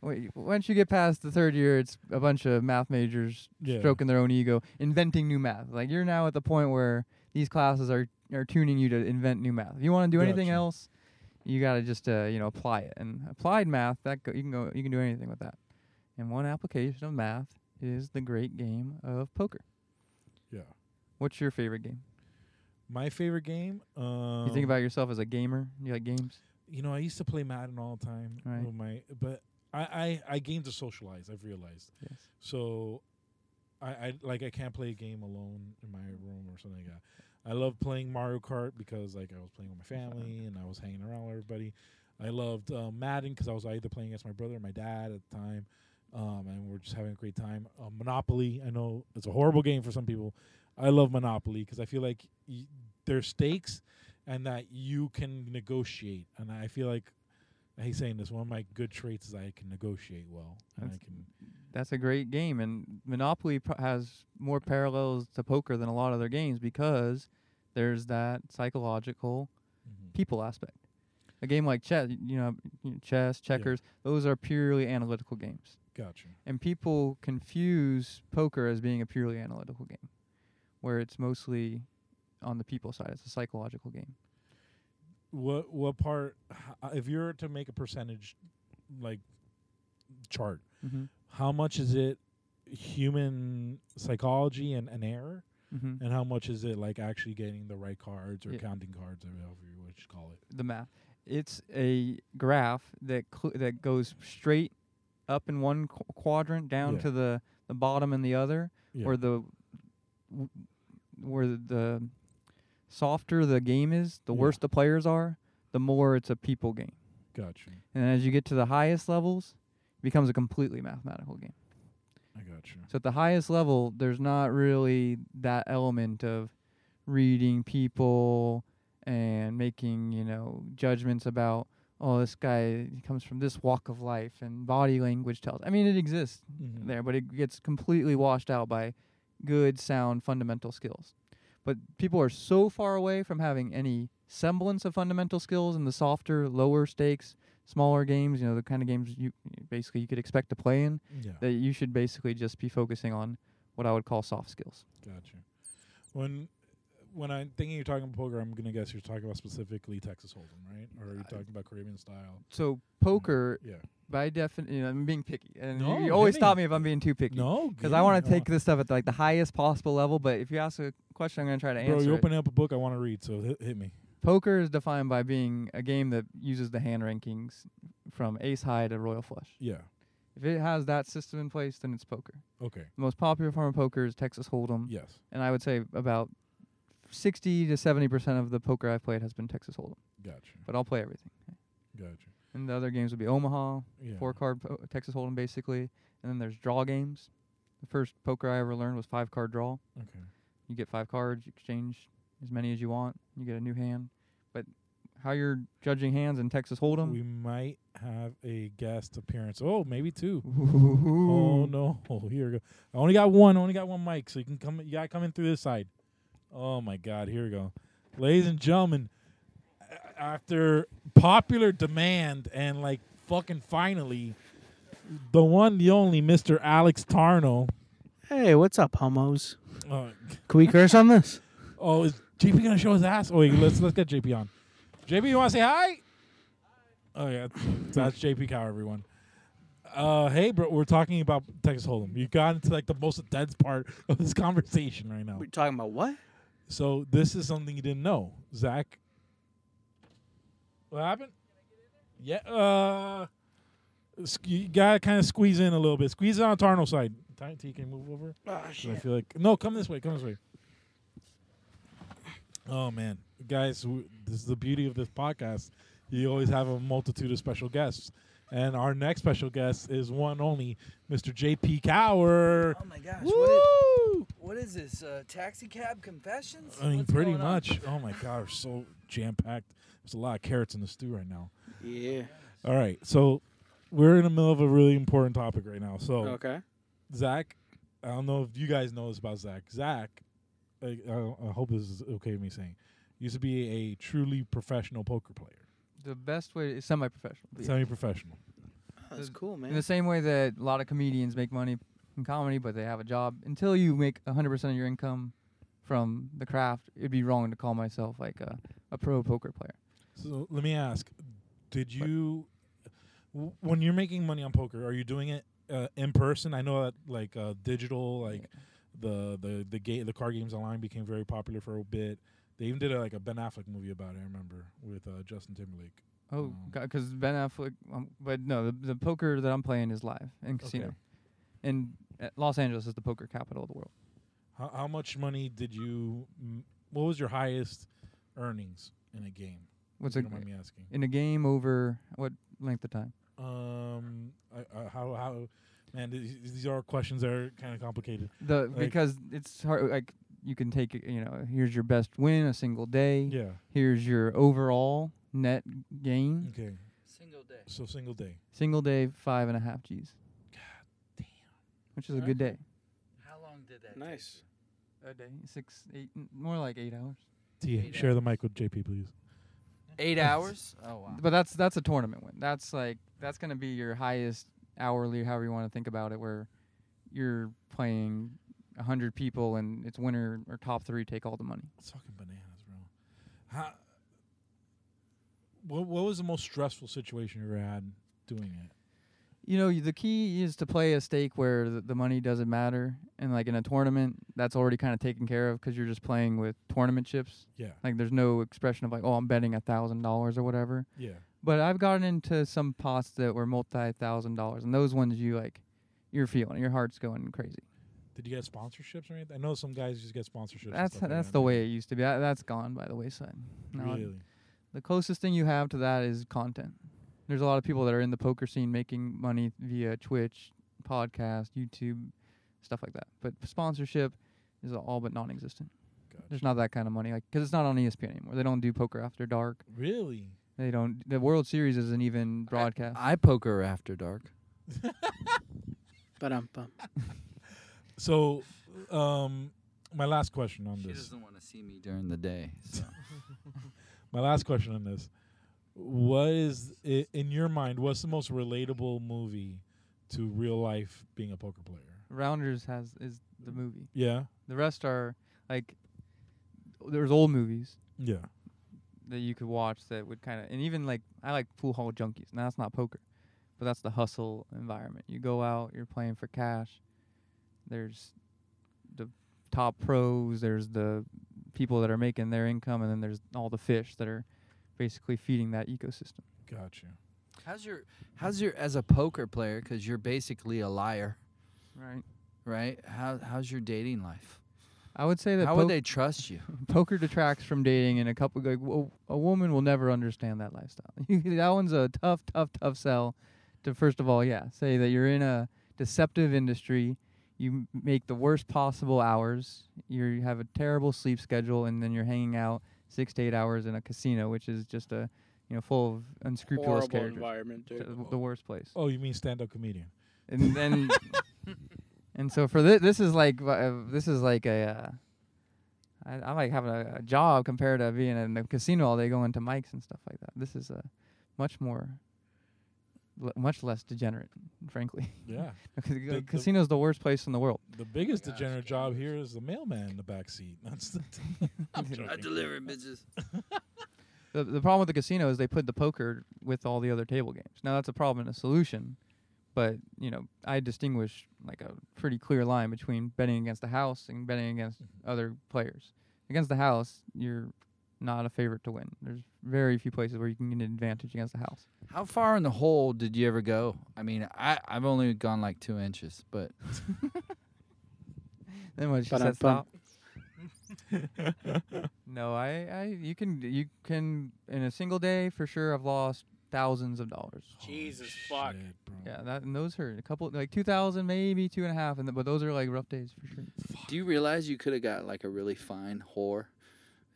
A: Wait, once you get past the third year, it's a bunch of math majors
B: Yeah.
A: stroking their own ego, inventing new math. Like you're now at the point where these classes are are tuning you to invent new math. If you want to do anything
B: Gotcha.
A: else, you got to just uh, you know apply it. And applied math that go, you can go you can do anything with that. And one application of math is the great game of poker.
B: Yeah.
A: What's your favorite game?
B: My favorite game. Um,
A: you think about yourself as a gamer. You like games?
B: you know, I used to play Madden all the time.
A: Right.
B: With my, but I, I, I games are socialized. I've realized.
A: Yes.
B: So, I, I like I can't play a game alone in my room or something like that. I love playing Mario Kart because like I was playing with my family and I was hanging around with everybody. I loved uh, Madden because I was either playing against my brother or my dad at the time, um, and we're just having a great time. Uh, Monopoly, I know it's a horrible game for some people. I love Monopoly because I feel like y- there's stakes and that you can negotiate. And I feel like I hate saying this. One of my good traits is I can negotiate well, and
A: That's-
B: I can
A: That's a great game, and Monopoly pro- has more parallels to poker than a lot of other games because there's that psychological
B: mhm.
A: people aspect. A game like chess, you know, you know, chess, checkers, those are purely analytical games,
B: Gotcha.
A: and people confuse poker as being a purely analytical game, where it's mostly on the people side. It's a psychological game.
B: What what part? h- If you were to make a percentage, like chart,
A: Mm-hmm.
B: how much is it human psychology and an error,
A: Mm-hmm.
B: and how much is it like actually getting the right cards or
A: Yeah.
B: counting cards or however you want to call it?
A: the math. It's a graph that cl- that goes straight up in one qu- quadrant, down
B: Yeah.
A: to the the bottom in the other,
B: Yeah.
A: where the w- where the, the softer the game is, the
B: Yeah.
A: worse the players are, the more it's a people game.
B: Gotcha.
A: And as you get to the highest levels, it becomes a completely mathematical game.
B: I gotcha.
A: So at the highest level, there's not really that element of reading people and making, you know, judgments about, oh, this guy he comes from this walk of life and body language tells. I mean, it exists
B: Mhm.
A: there, but it gets completely washed out by good, sound, fundamental skills. But people are so far away from having any semblance of fundamental skills in the softer, lower stakes, smaller games, you know, the kind of games you basically you could expect to play in
B: Yeah.
A: that you should basically just be focusing on what I would call soft skills.
B: Gotcha. When when I'm thinking you're talking about poker, I'm gonna guess you're talking about specifically Texas Hold'em, right? Or are you
A: I-
B: talking about Caribbean style?
A: So poker,
B: Yeah.
A: by definition, you know, I'm being picky, and you-
B: No,
A: you, always
B: give me-
A: stop me if I'm being too picky.
B: No,
A: because I want to take this stuff at like the highest possible level. But if you ask a question, I'm going to try to
B: Bro,
A: answer.
B: you're
A: it.
B: opening up a book I want to read, so hit, hit me.
A: Poker is defined by being a game that uses the hand rankings from ace high to royal flush.
B: Yeah.
A: If it has that system in place, then it's poker.
B: Okay.
A: The most popular form of poker is Texas Hold'em,
B: Yes.
A: and I would say about 60 to 70 percent of the poker I've played has been Texas Hold'em.
B: Gotcha.
A: But I'll play everything.
B: Gotcha.
A: And the other games would be Omaha,
B: Yeah.
A: four card po- Texas Hold'em basically, and then there's draw games. The first poker I ever learned was five card draw.
B: Okay.
A: You get five cards, you exchange as many as you want, you get a new hand. But how you're judging hands in Texas [laughs] Hold'em?
B: We might have a guest appearance. Oh, maybe two. Oh
A: Ooh.
B: no! [laughs] here we go. I only got one. I only got one mic, so you can come. You gotta come in through this side. Oh my God! Here we go, ladies and gentlemen. a- After popular demand and like fucking finally, the one, the only, Mister Alex Tarno.
C: Hey, what's up, homos?
B: Uh,
C: Can we curse on
D: [laughs]
C: this?
B: oh, is JP gonna show his ass? Oh, wait, let's let's get JP on. JP, you want to say hi? Oh yeah, that's JP Cow, everyone. Uh, hey, bro, we're talking about Texas Hold'em. You got into like the most intense part of this [laughs] conversation right now.
E: We're talking about what?
B: So this is something you didn't know, Zach. What happened? Yeah, uh, s- you gotta kind of squeeze in a little bit. Squeeze it on Tarno's side. Ty- T, can you move over?
E: Oh,
B: 'Cause I feel like no. Come this way. Come this way. Oh man, guys, w- this is the beauty of this podcast. You always have a multitude of special guests, and our next special guest is one only, Mr. J.P. Cower.
E: Oh my gosh. What is,
B: Woo!
E: what is this? Uh, taxi cab confessions?
B: I mean,
E: What's
B: pretty
E: going on?
B: much. Oh my god, we're so jam packed. There's a lot of carrots in the stew right now.
E: Yeah.
B: All right, so we're in the middle of a really important topic right now.
D: Oh.
B: So
E: Okay.
B: Zach, I don't know if you guys know this about Zach. Zach, I, I, I hope this is okay with me saying, used to be a truly professional poker player,
A: The best way is semi-professional. but yeah.
B: semi-professional.
E: That's
A: The-
E: cool,
A: In the
E: man.
A: same way that a lot of comedians make money in comedy, but they have a job until you make 100% of your income from the craft, it'd be wrong to call myself like a, a pro poker player.
B: So let me ask, did you, w- when you're making money on poker, are you doing it uh, in person? I know that like uh, digital, like the the the game, the card games online became very popular for a bit. They even did a, like a Ben Affleck movie about it. I remember with uh, Justin Timberlake.
A: Oh,
B: Mm.
A: because Ben Affleck. Um, but no, the, the poker that I'm playing is live in casino,
B: Okay.
A: and uh, Los Angeles is the poker capital of the world.
B: How, how much money did you? m- What was your highest earnings in a game?
A: What's
B: if you
A: a,
B: don't mind me asking?
A: in a game over what length of time?
B: Um, I, I, how how? Man, these, these are questions that are kind of complicated.
A: The
B: Like-
A: because it's hard. Like you can take it, you know here's your best win a single day.
B: Yeah.
A: Here's your overall net gain
B: Okay.
E: Single day.
B: So single day.
A: single day five and a half G's.
B: damn.
A: Which is a good day.
E: How long did that
F: Nice.
A: A day six eight n- more like eight hours.
B: T,
E: Eight
B: share the mic with JP, please.
E: Eight
F: [laughs]
E: hours? Oh, wow.
A: But that's that's a tournament win. That's like that's gonna be your highest hourly, however you want to think about it, where you're playing a hundred people and it's winner or top three take all the money.
B: It's fucking bananas, bro. How, what what was the most stressful situation you ever had doing it?
A: You know, the key is to play a stake where the, the money doesn't matter, and like in a tournament, that's already kind of taken care of because you're just playing with tournament chips.
B: Yeah.
A: Like there's no expression of like, oh, I'm betting a thousand dollars or whatever.
B: Yeah.
A: But I've gotten into some pots that were multi thousand dollars, and those ones you like, you're feeling, your heart's going crazy.
B: Did you get sponsorships or anything? I know some guys just get sponsorships. and
A: That's
B: stuff like
A: that's
B: that.
A: the way it used to be. That, that's gone by the wayside. Now,
B: Really.
A: The closest thing you have to that is content. There's a lot of people that are in the poker scene making money via Twitch, podcast, YouTube, stuff like that. But sponsorship is all but non-existent.
B: Gotcha.
A: There's not that kind of money, like because it's not on E ESPN anymore. They don't do poker after dark.
B: Really?
A: They don't. The World Series isn't even broadcast.
C: I poker after dark.
E: But I'm bummed.
B: [laughs] So, um, my last question on
F: She
B: this.
F: doesn't want to see me during the day. So.
B: My last question on this. What is i in your mind? What's the most relatable movie to real life being a poker player?
A: Rounders has is the
C: Mm.
A: movie.
B: Yeah.
A: The rest are like there's old movies
B: Yeah.
A: that you could watch that would kind of and even like I like pool hall junkies. Now that's not poker, but that's the hustle environment. You go out, you're playing for cash. There's the top pros. There's the people that are making their income, and then there's all the fish that are basically feeding that ecosystem.
B: Gotcha.
F: How's your how's your as a poker player cuz you're basically a liar,
A: Right.
F: right? How how's your dating life?
A: I would say that
F: How would
A: poke-
F: they trust you?
A: poker detracts from dating, and a couple like w- a woman will never understand that lifestyle. [laughs] that one's a tough, tough, tough sell. To first of all, yeah, say that you're in a deceptive industry, you m- make the worst possible hours, you're, you have a terrible sleep schedule, and then you're hanging out six to eight hours in a casino, which is just a you know full of unscrupulous
E: Horrible
A: characters.
E: environment,
A: Th-
E: dude.
A: The worst place
B: Oh, you mean stand up comedian?
A: and then and so for this this is like uh, this is like a uh, I, I like having a, a job compared to being in the casino all day going to mics and stuff like that. This is a much more l- much less degenerate, frankly. [laughs]
B: Yeah.
A: Because
B: The- the-
A: casino's the worst place in the world.
B: The biggest
E: gosh,
B: degenerate
E: Cam
B: job
E: was-
B: here is the mailman in the back seat. [laughs] That's the. [laughs]
A: [laughs]
B: I'm
E: I
B: joking.
E: deliver bitches.
A: The, the problem with the casino is they put the poker with all the other table games. Now that's a problem and a solution, but you know I distinguish like a pretty clear line between betting against the house and betting against other players. Against the house, you're not a favorite to win. There's very few places where you can get an advantage against the house.
F: How far in the hole did you ever go? I mean, I I've only gone like two inches, but
A: Then when she
C: Ba-dum-bum.
A: said stop. no, I, I, you can, you can in a single day for sure. I've lost thousands of dollars.
D: Jesus fuck.
B: Shit, bro.
A: Yeah, that and those hurt. A couple, like two thousand, maybe two and a half, and th- but those are like rough days for sure.
F: do you realize you could have got like a really fine whore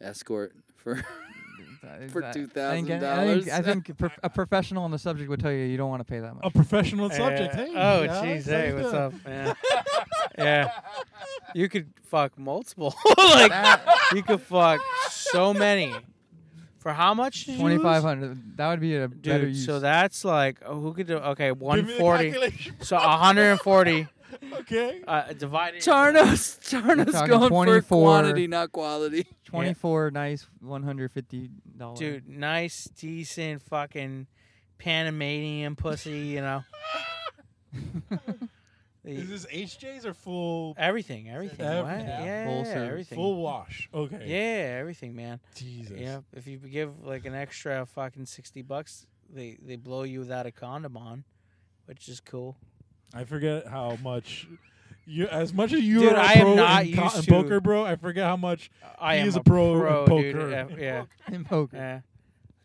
F: escort for?
A: That-
F: [laughs] For
A: that- uh, I think-
F: $2,000?
A: I think, I think prof- a professional on the subject would tell you you don't want to pay that
B: A
A: much.
B: professional subject.
D: Uh,
B: Hey.
D: oh,
B: yeah,
D: jeez.
B: how you
D: Hey, what's
B: doing?
D: up, man?
C: [laughs]
D: yeah. You could fuck multiple. [laughs] like, you could fuck so many. For how much? did you lose?
A: Twenty five hundred. That would be a better
D: Dude,
A: use.
D: so that's like, oh, who could do? Okay,
B: Give me the
D: 140.
B: calculation. [laughs]
D: So 140
B: Okay.
D: uh, divided.
F: [laughs] Charnos, Charnos
A: talking
F: going for
A: 24.
F: quantity, not quality.
A: Twenty four nice, one hundred fifty dollars.
D: Dude, nice, decent fucking Panamanian pussy, you
B: [laughs]
D: know. The-
B: Is this HJ's or full
D: everything, everything. what?
B: Everything.
D: Yeah,
A: Full service.
D: everything.
B: full wash? Okay.
D: yeah, everything, man.
B: Jesus.
D: Yeah, if you give like an extra fucking 60 bucks, they, they blow you without a condom on, which is cool.
B: I forget how much. You as much as you
D: Dude,
B: are a
D: I am
B: pro
D: not
B: in, co-
D: used
B: in
D: to-
B: poker, bro. I forget how much
D: I
B: He
D: am
B: is a
D: a
B: pro in
D: dude.
B: poker. [laughs]
D: Yeah, yeah,
A: in [laughs] poker.
D: yeah.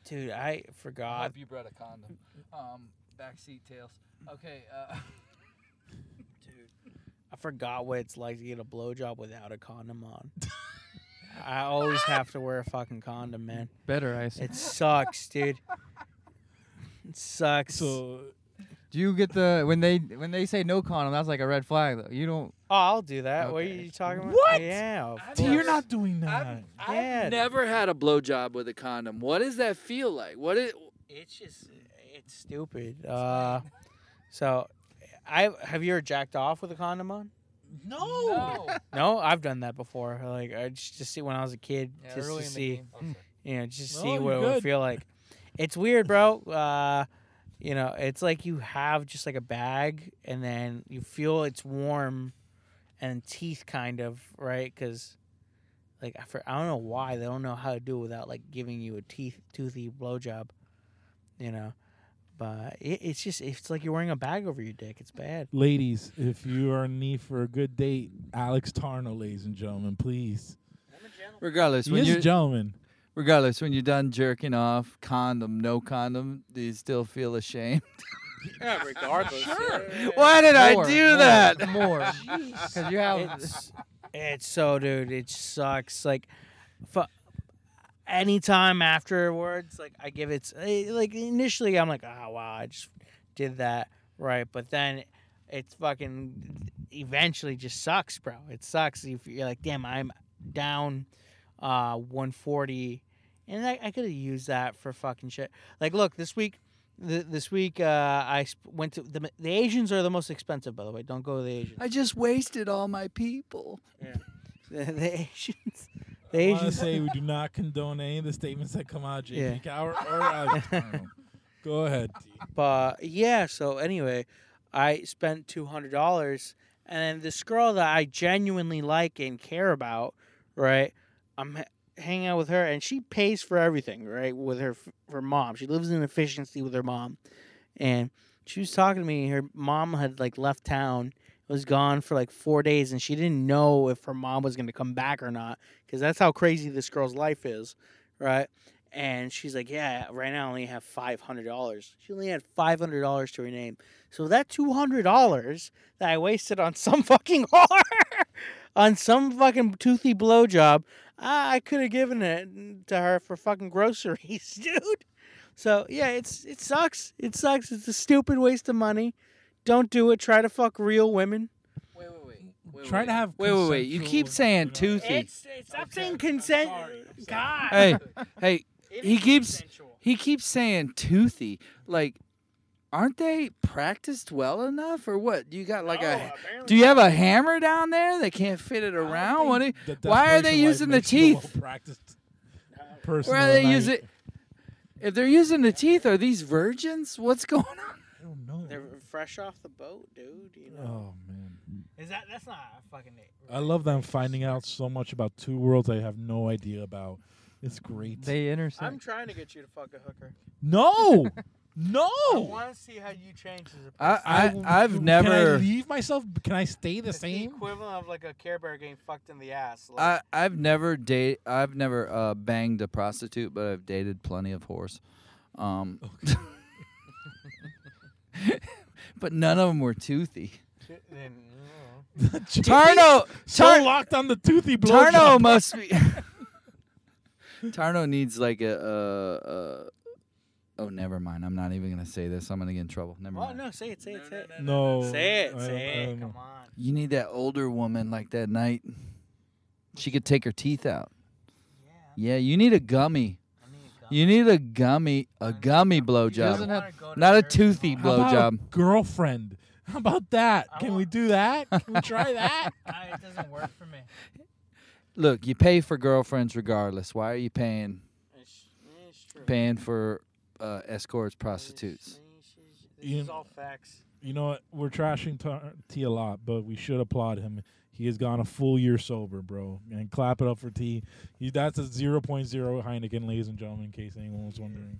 D: Dude, I forgot.
E: hope you brought a
F: [laughs]
E: condom. Um, backseat tails. Okay. Uh, dude.
D: I forgot what it's like to get a blowjob without a condom on. I always have to wear a fucking condom, man.
A: Better, I say.
D: It sucks, dude. It sucks.
B: So
A: Do you get the when they when they say no condom? That's like a red flag though. You don't.
D: oh, I'll do that. What are
A: Okay.
D: you talking about?
F: What?
D: Yeah. of
E: I
B: Dude,
E: Yes.
B: you're
D: course.
B: not doing that.
E: I'm-
D: Yeah.
F: Never had a blowjob with a condom. What does that feel like? What is?
D: It's just it's stupid. Uh, so, I have you ever jacked off with a condom on?
E: No.
D: No, I've done that before. Like I just to see when I was a kid,
A: Yeah,
D: just
A: early in
D: to
A: the
D: see.
A: game.
D: you know, just
B: No,
D: see
B: Oh, you're
D: what it
B: good.
D: would feel like. It's weird, bro. Uh, you know, it's like you have just like a bag, and then you feel it's warm, and teeth kind of right because, like, I, for, I don't know why they don't know how to do it without like giving you a teeth toothy blowjob, you know. But it, it's just it's like you're wearing a bag over your dick. It's bad.
B: Ladies, if you are in need for a good date, Alex Tarno, ladies and gentlemen, please.
F: Regardless,
B: He
F: when
B: is a
F: you're
B: gentleman.
F: regardless when you're done jerking off, condom, no condom, do you still feel ashamed?
D: [laughs] Yeah, regardless.
F: Why did I
A: More,
F: do
A: more, [laughs]
F: that?
A: more?
F: [laughs]
A: Because you have
D: it's it's so dude it sucks like fu- anytime afterwards like i give it eh, like initially i'm like oh wow i just did that right but then it's fucking eventually just sucks bro it sucks if you're like damn i'm down uh 140 and i, I could have used that for fucking shit like look this week th- this week uh, i sp- went to the, the asians are the most expensive by the way don't go to the asians
F: I just wasted all my people.
D: [laughs] the, the Asians. The
B: I want to
D: Asians. [laughs]
B: say we do not condone any of the statements that come out of JP
D: Yeah.
B: Cowher or Alex Tarno. Go ahead. D.
D: But yeah, so anyway, I spent two hundred dollars, and then this girl that I genuinely like and care about, right? I'm h- hanging out with her, and she pays for everything, right? With her f- her mom, she lives in efficiency with her mom, and she was talking to me. Her mom had like left town. Was gone for like four days, and she didn't know if her mom was gonna come back or not, because that's how crazy this girl's life is, right? and she's like, "Yeah, right now I only have five hundred dollars." She only had five hundred dollars to her name, so that two hundred dollars that I wasted on [laughs] some fucking whore, on some fucking toothy blowjob, I, I could have given it to her for fucking groceries, [laughs] dude. So yeah, it's it sucks. It sucks. It's a stupid waste of money. Don't do it. Try to fuck real women.
E: Wait, wait, wait. wait
B: Try
E: wait.
B: to have.
F: Wait, wait, wait. You keep
B: consensual-
F: saying toothy.
D: It's it's not saying consent. God.
F: [laughs] Hey, hey,
D: it
F: he
D: is
F: keeps-
D: consensual.
F: he keeps saying toothy. Like aren't they practiced well enough or what? You got like a
D: apparently
F: do you have a hammer down there? They can't fit it around. What? Do you,
B: The
F: why are they
B: desperation life
F: using the
B: makes you a
F: [laughs] teeth?
B: well-practiced person,
F: where
B: though,
F: are they
B: and I-
F: using? If they're using the teeth, are these virgins? What's going on?
B: I don't know.
D: They're fresh off the boat, dude. You know.
B: Oh man,
E: Is that that's not a fucking it.
B: I love them finding out so much about two worlds I have no idea about. It's great.
A: They intersect.
D: I'm trying to get you to fuck a hooker.
B: no,
E: I
B: no.
E: want to see how you change as a person.
F: I,
B: w-
F: I I've
B: Can I
F: never
B: leave myself? Can I stay the
E: It's
B: same?
E: The
B: [laughs]
E: equivalent of like a Care Bear getting fucked in the ass. Like,
F: I, I've never date I've never uh, banged a prostitute, but I've dated plenty of whores. Um, [laughs] but none of them were toothy.
E: shit, then, you know.
F: Tarno,
B: so
F: Tar-
B: locked on the toothy blowjob.
F: Tarno must be. [laughs] Tarno needs like a, a, a. Oh, never mind. I'm not even gonna say this. I'm gonna get in trouble. Never
D: Oh
F: mind.
D: no! Say it. Say it. Say it.
B: No.
D: Say it,
B: I-
D: say
B: I
D: it,
B: don't know.
E: come on.
F: You need that older woman like that night. She could take her teeth out.
E: Yeah.
F: Yeah, you need a gummy.
E: I need a gun.
F: You need a gummy, a gummy
A: doesn't
F: blowjob,
A: have-
E: wanna go to
F: not a
E: church
B: [laughs]
F: toothy
E: tomorrow.
B: How about
F: blowjob.
B: girlfriend? How about that?
E: I
B: Can we
E: want-
B: do that?
F: [laughs]
B: Can we try that?
E: I, it doesn't work for me.
F: Look, you pay for girlfriends regardless. Why are you paying
E: It's, it's true.
F: paying for uh, escorts,
E: It's-
F: prostitutes?
E: it's- it's-
B: You-
E: This is all facts.
B: You know what? We're trashing Tar- T a lot, but we should applaud him. He has gone a full year sober, bro. And clap it up for T. He, that's a 0.0 Heineken, ladies and gentlemen, in case anyone was wondering.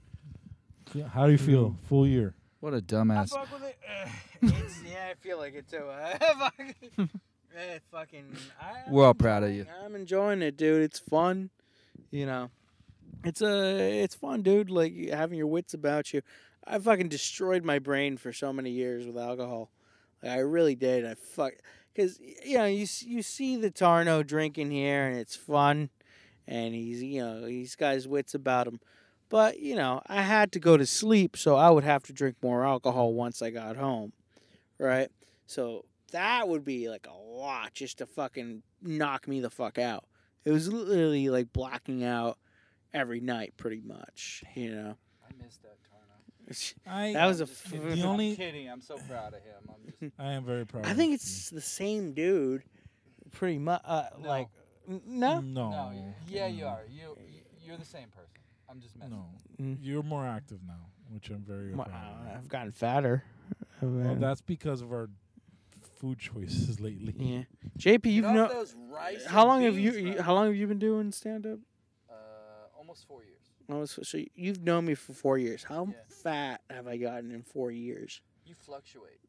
B: Yeah, How do you
F: Mm.
B: feel? Full year.
F: What a dumbass!
E: I fuck with it. Uh, it's, yeah, I feel like it too. [laughs] Uh,
F: [laughs]
E: fucking, eh, fucking. I,
F: We're all proud of you.
D: I'm enjoying it, dude. It's fun. You know, it's a it's fun, dude. Like having your wits about you. I fucking destroyed my brain for so many years with alcohol. Like I really did. I fuck because you know you s- you see the Tarno drinking here and it's fun, and he's you know he's got his wits about him. But you know I had to go to sleep, so I would have to drink more alcohol once I got home, right? So that would be like a lot just to fucking knock me the fuck out. It was literally like blacking out every night, pretty much. You know,
E: I missed that Tarno.
B: I
D: that was a.
E: Just
D: F-
E: kidding.
B: The only-
E: I'm kidding. I'm so proud of him. I'm just
B: I am very proud.
D: I
B: of
D: think
B: you.
D: it's the same dude, pretty much. Uh,
E: No.
D: Like, n- no,
E: no.
B: no.
E: y- Yeah, you
B: no,
E: are. You y- you're the same person. I'm just messing.
B: No,
D: Mm.
B: you're more active now, which I'm very
D: Well,
B: proud of.
D: I've gotten fatter. I
B: Well,
D: mean,
B: that's because of our food choices [laughs] lately.
D: yeah, JP, you've
E: Get off
D: know
E: those rice
D: how
E: and
D: long have you,
E: beans,
D: you
E: bro.
D: how long have you been doing stand up?
E: Uh, almost four years.
D: Oh, so, so you've known me for four years. How
E: Yeah.
D: fat have I gotten in four years?
E: You fluctuate.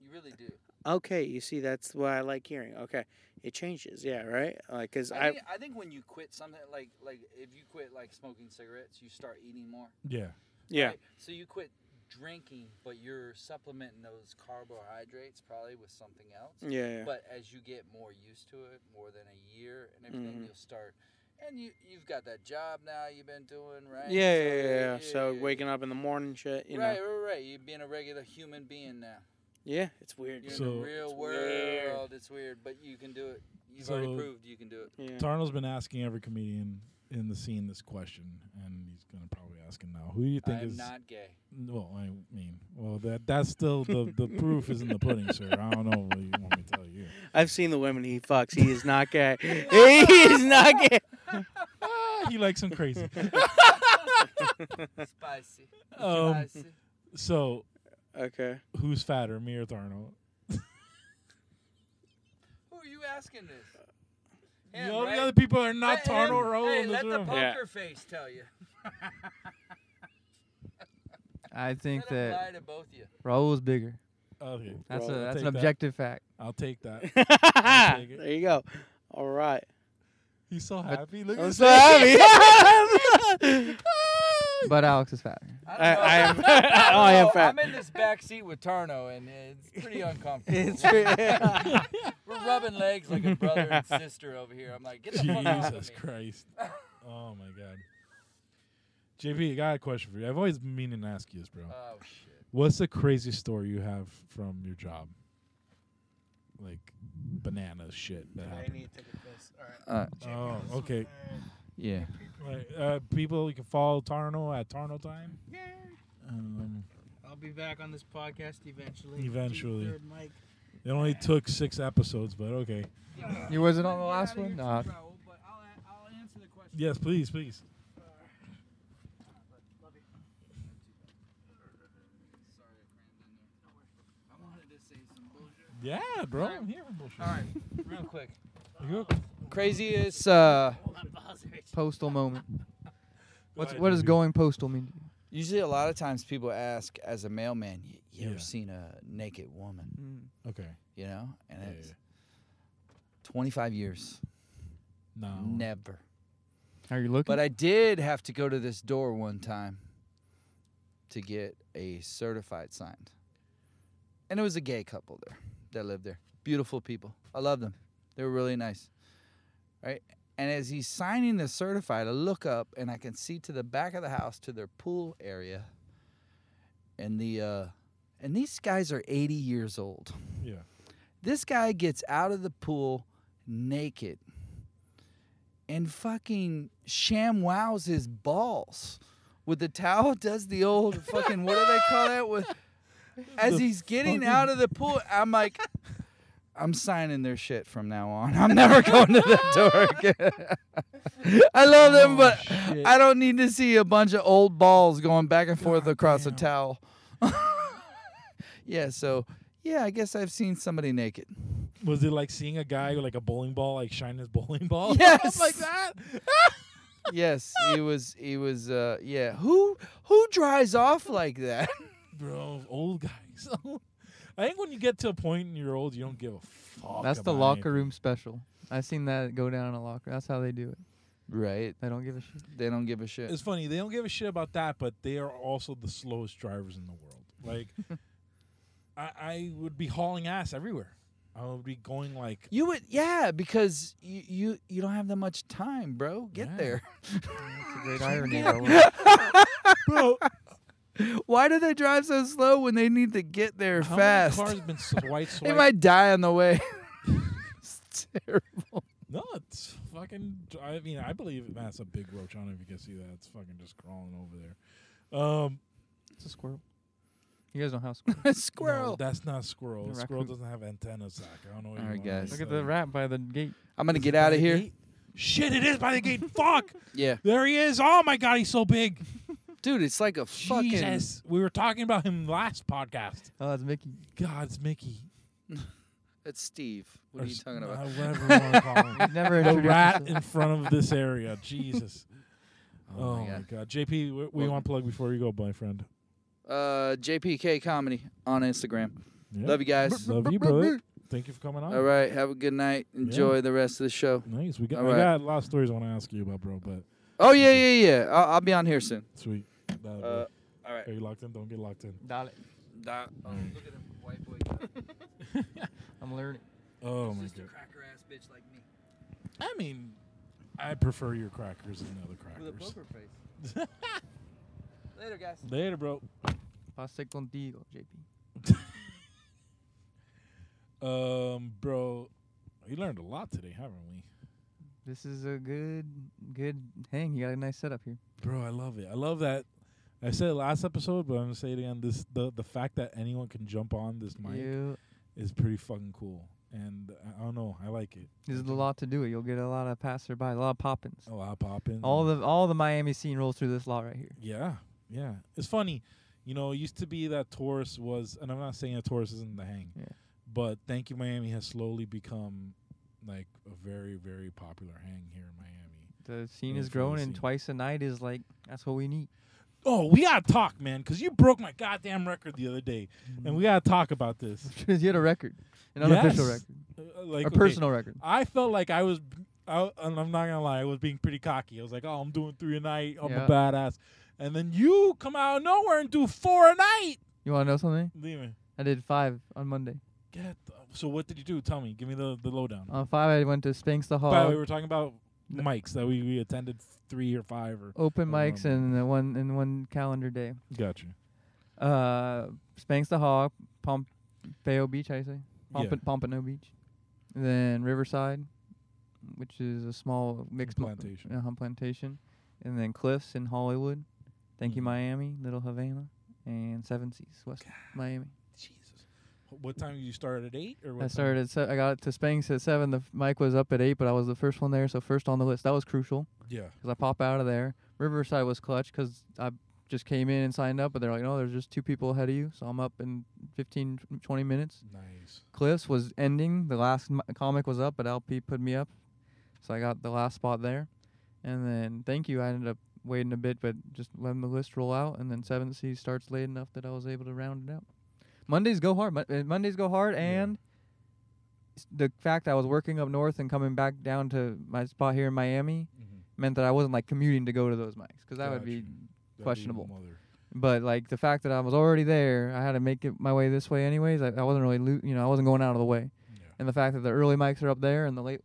E: You really do.
D: Okay, you see, that's what I like hearing. Okay, it changes, yeah, right? Like, cause
E: I,
D: I,
E: think, I think when you quit something like like if you quit like smoking cigarettes, you start eating more.
B: Yeah.
D: yeah,
E: right? So you quit drinking, but you're supplementing those carbohydrates probably with something else.
D: yeah, yeah.
E: But as you get more used to it, more than a year and everything,
D: Mhm.
E: you'll start. And you you've got that job now you've been doing right.
D: yeah,
E: So,
D: yeah, yeah, yeah. So
E: yeah,
D: waking up in the morning, shit, you
E: right,
D: know.
E: right, right. You're being a regular human being now.
D: Yeah, it's weird.
E: You're
D: dude.
B: So-
E: in the real
D: It's
E: world.
D: weird.
E: It's weird, but you can do it. You've already
B: So-
E: proved you can do it.
D: Yeah.
B: Tarno's been asking every comedian in the scene this question, and he's gonna probably ask him now. Who do you think
E: I'm
B: is?
E: not gay.
D: [laughs]
B: Well, I mean, well, that that's still the the proof is in the pudding, sir. I don't know what you want me to
E: [laughs]
B: tell you.
D: I've seen the women he fucks. He is not gay. [laughs] he is not
E: [laughs]
D: gay.
B: Ah, he likes him crazy.
E: Spicy.
B: Um,
E: Spicy.
B: so
D: Okay.
B: who's fatter, me or Tarno?
E: Who are you asking this?
B: You
E: Him,
B: know,
E: right?
B: The other people are not
E: Let
B: Tarno
E: him-
B: or Raul
E: Hey,
B: in this
E: let the
B: room.
E: poker
D: Yeah.
E: face tell you.
A: I think
E: Let him
A: that
E: lie to both you.
A: Raul's bigger.
B: okay,
A: That's
D: Raul,
A: a that's an
B: take that.
A: objective fact.
B: I'll take that.
D: [laughs]
B: take it.
D: there you go.
E: [laughs]
D: All right.
B: He's so happy. Look at
D: I'm
B: his
D: so
B: face.
D: happy.
E: [laughs]
A: But Alex is fatter.
E: I,
D: [laughs] I, I
E: [laughs]
D: am. [laughs]
E: don't know.
F: Oh,
D: I am
E: don't know.
D: fat.
E: I'm
D: [laughs]
E: in [laughs] this back seat with Tarno, and it's
F: [laughs]
E: pretty uncomfortable.
D: It's weird.
E: We're rubbing legs like a brother
F: [laughs]
E: and sister over here. I'm like, get the fuck out
B: Jesus
E: of me.
B: Christ. Oh my God. JP, I got a question for you. I've always been meaning to ask you this,
F: Uh.
B: bro.
E: Oh shit.
B: What's the craziest story you have from your job? Like banana shit that happened.
E: to take a piss. All right.
F: Uh,
B: Oh, okay.
F: yeah.
B: Like, uh, people, you can follow Tarno at Tarno Time. Um,
D: I'll be back on this podcast eventually.
B: Eventually.
D: Third mic.
B: It only took six episodes, but okay.
A: You wasn't on
E: Let
A: the
E: me get outta here
A: last one?
E: to
A: Nah.
E: travel, but I'll a- I'll answer the question.
B: Yes, please, please.
E: Sorry, I crammed in there. I wanted to say some bullshit.
B: Yeah, bro. I'm here for bullshit.
E: All right, real quick.
B: You go-
F: Craziest uh,
A: Postal moment. What's,
B: ahead,
A: what does
B: Jimmy.
A: going postal mean? to you?
F: Usually, a lot of times people ask, as a mailman, you, you
B: Yeah.
F: ever seen a naked woman?
A: Mm.
B: Okay.
F: You know, and
B: Yeah,
F: it's
B: yeah.
F: 25 years,
B: No.
F: never.
A: Are you looking?
F: But I did have to go to this door one time to get a certified signed, and it was a gay couple there that lived there. Beautiful people, I love them. They were really nice, right? And as he's signing the certified, I look up and I can see to the back of the house to their pool area, and the uh, and these guys are 80 years old.
B: Yeah.
F: This guy gets out of the pool naked and fucking sham wows his balls with the towel. [laughs] Does the old fucking what do they call that? With as
B: The
F: he's getting
B: fucking-
F: out of the pool, I'm like, I'm signing their shit from now on. I'm never [laughs] going to that door again. [laughs] I love them,
B: Oh,
F: but
B: shit.
F: I don't need to see a bunch of old balls going back and forth across a
B: Goddamn.
F: towel. [laughs] yeah, so yeah, I guess I've seen somebody naked.
B: Was it like seeing a guy with like a bowling ball, like shine his [laughs] bowling ball?
F: Yes.
B: [laughs] like that?
F: [laughs]
B: [laughs]
F: yes, he was. He was. Uh, yeah. Who who dries off like that? [laughs]
B: Bro, old [laughs] guys. I think when you get to a point in your old, you don't give a fuck.
A: That's the
B: about
A: locker
B: anything.
A: room special. I've seen that go down in a locker. That's how they do it.
F: Right.
A: They don't give a shit.
F: They don't give a shit.
B: It's funny. They don't give a shit about that, but they are also the slowest drivers in the world. Like, I, I would be hauling ass everywhere. I would be going
F: [laughs]
B: like
F: You would. Yeah, because you you, you don't have that much time, bro. Get
B: Yeah.
F: there. [laughs]
A: It's a great irony.
B: bro.
F: Why do they drive so slow when they need to get there
B: How
F: fast?
B: many cars been s- white
F: they
B: swipe?
F: might die on
B: [laughs]
F: the way. [laughs] it's terrible. [laughs]
B: no, it's fucking. I mean, I believe that's a big roach. I don't know if you can see that. It's fucking just crawling over there. Um,
A: It's a squirrel. You guys know how squirrel.
B: no,
F: Squirrel.
B: that's not squirrel.
A: A
B: squirrel
A: raccoon.
B: doesn't have antennas, Zach. I don't know. What
F: All
B: you
F: right,
B: want me to
F: guys.
A: Look at
B: say.
A: the rat by the gate.
F: I'm gonna
B: Is
F: get
B: it by
F: out of
B: the
F: here.
B: gate? Shit! It is by the gate.
F: [laughs]
B: Fuck!
F: Yeah,
B: There he is. Oh my god, he's so big.
F: dude, it's like a fucking.
B: Jesus, we were talking about him last podcast.
A: Oh, that's [laughs] Mickey.
B: God, it's Mickey.
F: It's Steve. What
B: Or
F: are you
B: s-
F: talking about?
B: uh, whatever you wanna call
F: [laughs]
B: him.
A: You've never
B: the
A: introduced
B: rat
A: yourself.
B: in front of this area. Jesus.
F: Oh my God.
B: JP, wh- what do you want to plug before you go, my friend?
F: Uh, JPK Comedy on Instagram. Love you guys.
B: Love you, brother. Thank you for coming on.
F: All right, have a good night. Enjoy the rest of the show.
B: Nice. We got,
F: All
B: I
F: right.
B: got a lot of stories I want to ask you about, bro, but
F: Oh yeah, yeah, yeah. I'll, I'll be on here soon.
B: sweet. That'll be-
F: Uh, all right.
B: Are you locked in? Don't get locked in.
E: Oh,
A: Dale.
E: look at him, white boy.
A: I'm learning.
B: Oh, my
E: Just a
B: God.
E: cracker ass bitch like me.
B: I mean, I prefer your crackers than other
E: With a
B: crackers.
E: poker face. Later, guys.
B: Later, bro.
A: Pase contigo, JP.
B: Um, bro, we learned a lot today, haven't we?
A: This is a good, good hang. You got a nice setup here.
B: Bro, I love it. I love that. I said it last episode, but I'm gonna say it again. This the the fact that anyone can jump on this mic
A: You,
B: is pretty fucking cool, and uh, I- I don't know. I like it.
A: this is the lot to do it. You'll get a lot of passerby, a lot of poppins.
B: A lot of popping.
A: All the all the Miami scene rolls through this lot right here.
B: yeah, yeah. It's funny, you know. It used to be that Taurus was, and I'm not saying that Taurus isn't the hang,
A: Yeah.
B: but thank you Miami has slowly become like a very very popular hang here in Miami.
A: The scene
B: Yeah,
A: is
B: it's really
A: growing, and
B: scene.
A: twice a night is like that's what we need.
B: Oh, we gotta talk, man, because you broke my goddamn record the other day, and we gotta talk
A: [laughs]
B: about this.
A: you had a record, an unofficial
B: Mm-hmm. Yes.
A: record,
B: Uh,
A: a
B: like okay.
A: personal record.
B: I felt like I was, I, and I'm not gonna lie, I was being pretty cocky. I was like, "Oh, I'm doing three a night. I'm
A: Yeah.
B: a badass." And then you come out of nowhere and do four a night.
A: You want to know something?
B: Leaving.
A: I did five on Monday.
B: Get the, so what did you do? Tell me. Give me the the lowdown.
A: On five, I went to Spanx the
B: By the way, we
A: Hall,
B: were talking about
A: No.
B: mics that we, we attended three or five or.
A: open
B: I
A: mics, and uh, one in one calendar day.
B: Gotcha.
A: Uh, Spanx the Hall, Pompeo Beach, I say,
B: Yeah.
A: Pompa- Pompano Beach, and then Riverside, which is a small mixed mo-
B: Plantation.
A: uh-huh, plantation, and then Cliffs in Hollywood. Thank you,
B: Mhm.
A: Miami, Little Havana, and Seven, Seven Seas, West Miami.
B: Jesus. Wh- What time you started at eight or what?
A: I
B: time?
A: started at se- I got to Spanx at seven. The f- mic was up at eight, but I was the first one there, so first on the list. That was crucial
B: Yeah.
A: because I pop out of there. Riverside was clutch because I just came in and signed up, but they're like, no, there's just two people ahead of you, so I'm up in 15, 20 minutes.
B: Nice.
A: Cliffs was ending. The last m- comic was up, but LP put me up, so I got the last spot there. And then thank you. I ended up waiting a bit, but just letting the list roll out. And then Seventh Sea starts late enough that I was able to round it out. Mondays go hard. Mon- uh, Mondays go hard,
B: Yeah.
A: and s- the fact I was working up north and coming back down to my spot here in Miami
B: Mm-hmm.
A: meant that I wasn't like commuting to go to those mics because that would be questionable. but like the fact that I was already there, I had to make it my way this way anyways. I, I wasn't really, lo- you know, I wasn't going out of the way.
B: Yeah.
A: And the fact that the early mics are up there and the late,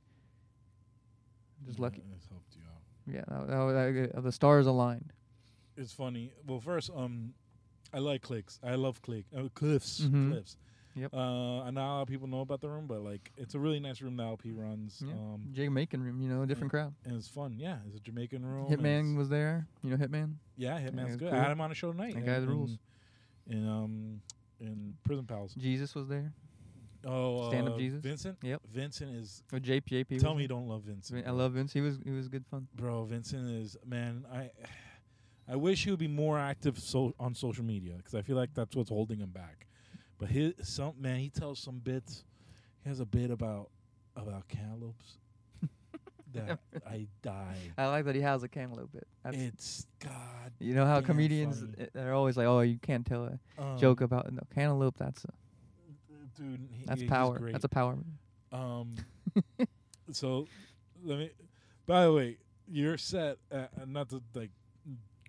A: just
B: Yeah,
A: lucky.
B: It's helped you out.
A: Yeah, that, that, was- that, uh, the stars aligned.
B: It's funny. Well, first, um, I like clicks. I love click uh, cliffs.
A: Mhm.
B: Cliffs.
A: Yep.
B: Uh, I know how people know about the room, but like, it's a really nice room that LP runs.
A: Yeah.
B: Um,
A: Jamaican room, you know, different crowd.
B: and it's fun. Yeah, it's a Jamaican room. and
A: Hitman
B: it's-
A: was there, you know, Hitman.
B: Yeah, Hitman's
A: it's
B: good.
A: cool.
B: I had him on a show tonight.
A: That guy
B: and-
A: the rules.
B: And, and, um, and Prison Pals.
A: Jesus was there.
B: Oh, uh,
A: Stand Up Jesus?
B: Vincent.
A: Yep.
B: Vincent is.
A: Or JPJP. was
B: Tell me
A: there.
B: you don't love Vincent.
A: I love Vince. He was he was good fun.
B: bro vincent is man i i wish he would be more active so on social media because i feel like that's what's holding him back but his some man he tells some bits he has a bit about about cantaloupes [laughs] that i die
A: [laughs] I like that he has a cantaloupe bit. That's,
B: it's god
A: you know how
B: damn
A: comedians
B: funny.
A: uh, they're always like, oh, you can't tell a
B: um,
A: joke about no cantaloupe. That's a,
B: dude he-
A: that's
B: he's
A: power.
B: great.
A: That's a power. move.
B: Um, [laughs] so let me. By the way, your set, uh, not to like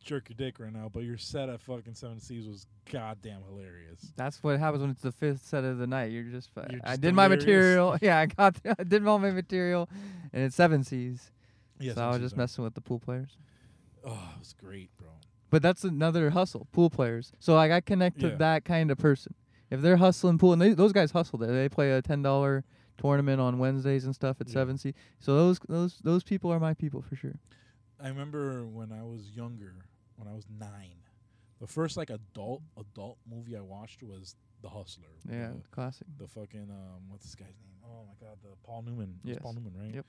B: jerk your dick right now, but your set at fucking Seven Seas was goddamn hilarious.
A: That's what happens when it's the fifth set of the night. You're just, fi-
B: You're
A: I
B: just
A: did my
B: delirious.
A: material.
B: [laughs]
A: Yeah, I got, I did all my material, and it's seven C's.
B: Yes,
A: so I
B: I'm
A: was
B: so
A: just
B: sorry.
A: messing with the pool players.
B: Oh, it was great, bro.
A: But that's another hustle, pool players. So like I connect
B: Yeah.
A: with that kind of person. If they're hustling pool, and they, those guys hustle there. They play a ten dollar tournament on Wednesdays and stuff at
B: Yeah.
A: seven C. So those those those people are my people for sure.
B: I remember when I was younger, when I was nine, the first like adult adult movie I watched was The Hustler.
A: Yeah,
B: the-
A: classic.
B: the fucking um what's this guy's name? Oh my god, the Paul Newman. It's
A: Yes.
B: Paul Newman, right?
A: Yep.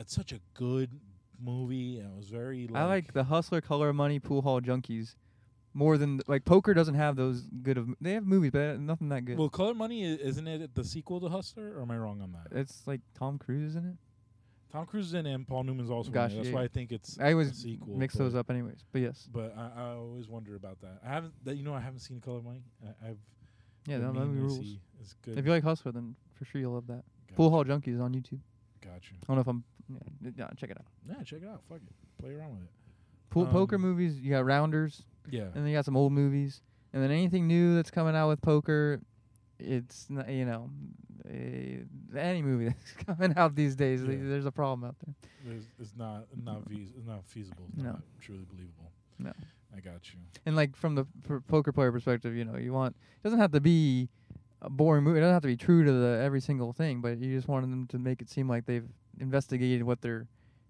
B: It's such a good movie and it was very like
A: I like the hustler, color of money, pool hall junkies more than like poker doesn't have those good of. They have movies, but nothing that good.
B: Well, Color Money i- isn't it the sequel to Hustler or am I wrong on that?
A: It's like Tom Cruise, isn't it?
B: Tom Cruise is in it and Paul Newman's also
A: Gosh,
B: in it. That's
A: yeah.
B: why I think it's
A: I
B: a
A: always
B: sequel.
A: mix
B: but-
A: those up, anyways. But yes,
B: But I, I always wonder about that. I haven't that you know I haven't seen Color Money. I, I've
A: yeah,
B: the
A: that, that
B: meme
A: movie
B: I
A: rules.
B: see is good.
A: If you like Hustler, then for sure you'll love that.
B: Gotcha,
A: Pool Hall Junkies on YouTube.
B: Gotcha.
A: I don't know if I'm. Yeah, yeah, check it out.
B: Yeah, check it out. Fuck it. Play around with it.
A: Pool, poker
B: Um,
A: movies. You got Rounders,
B: Yeah.
A: and then you got some old movies, and then anything new that's coming out with poker. It's not, you know, eh, any movie [laughs] that's coming out these days,
B: Yeah.
A: there's a problem out there.
B: There's, it's not not feas- it's not feasible. It's
A: No.
B: not truly believable.
A: No.
B: I got you.
A: and like from the p- poker player perspective, you know, you want it doesn't have to be a boring movie. It doesn't have to be true to the every single thing, but you just want them to make it seem like they've investigated what they're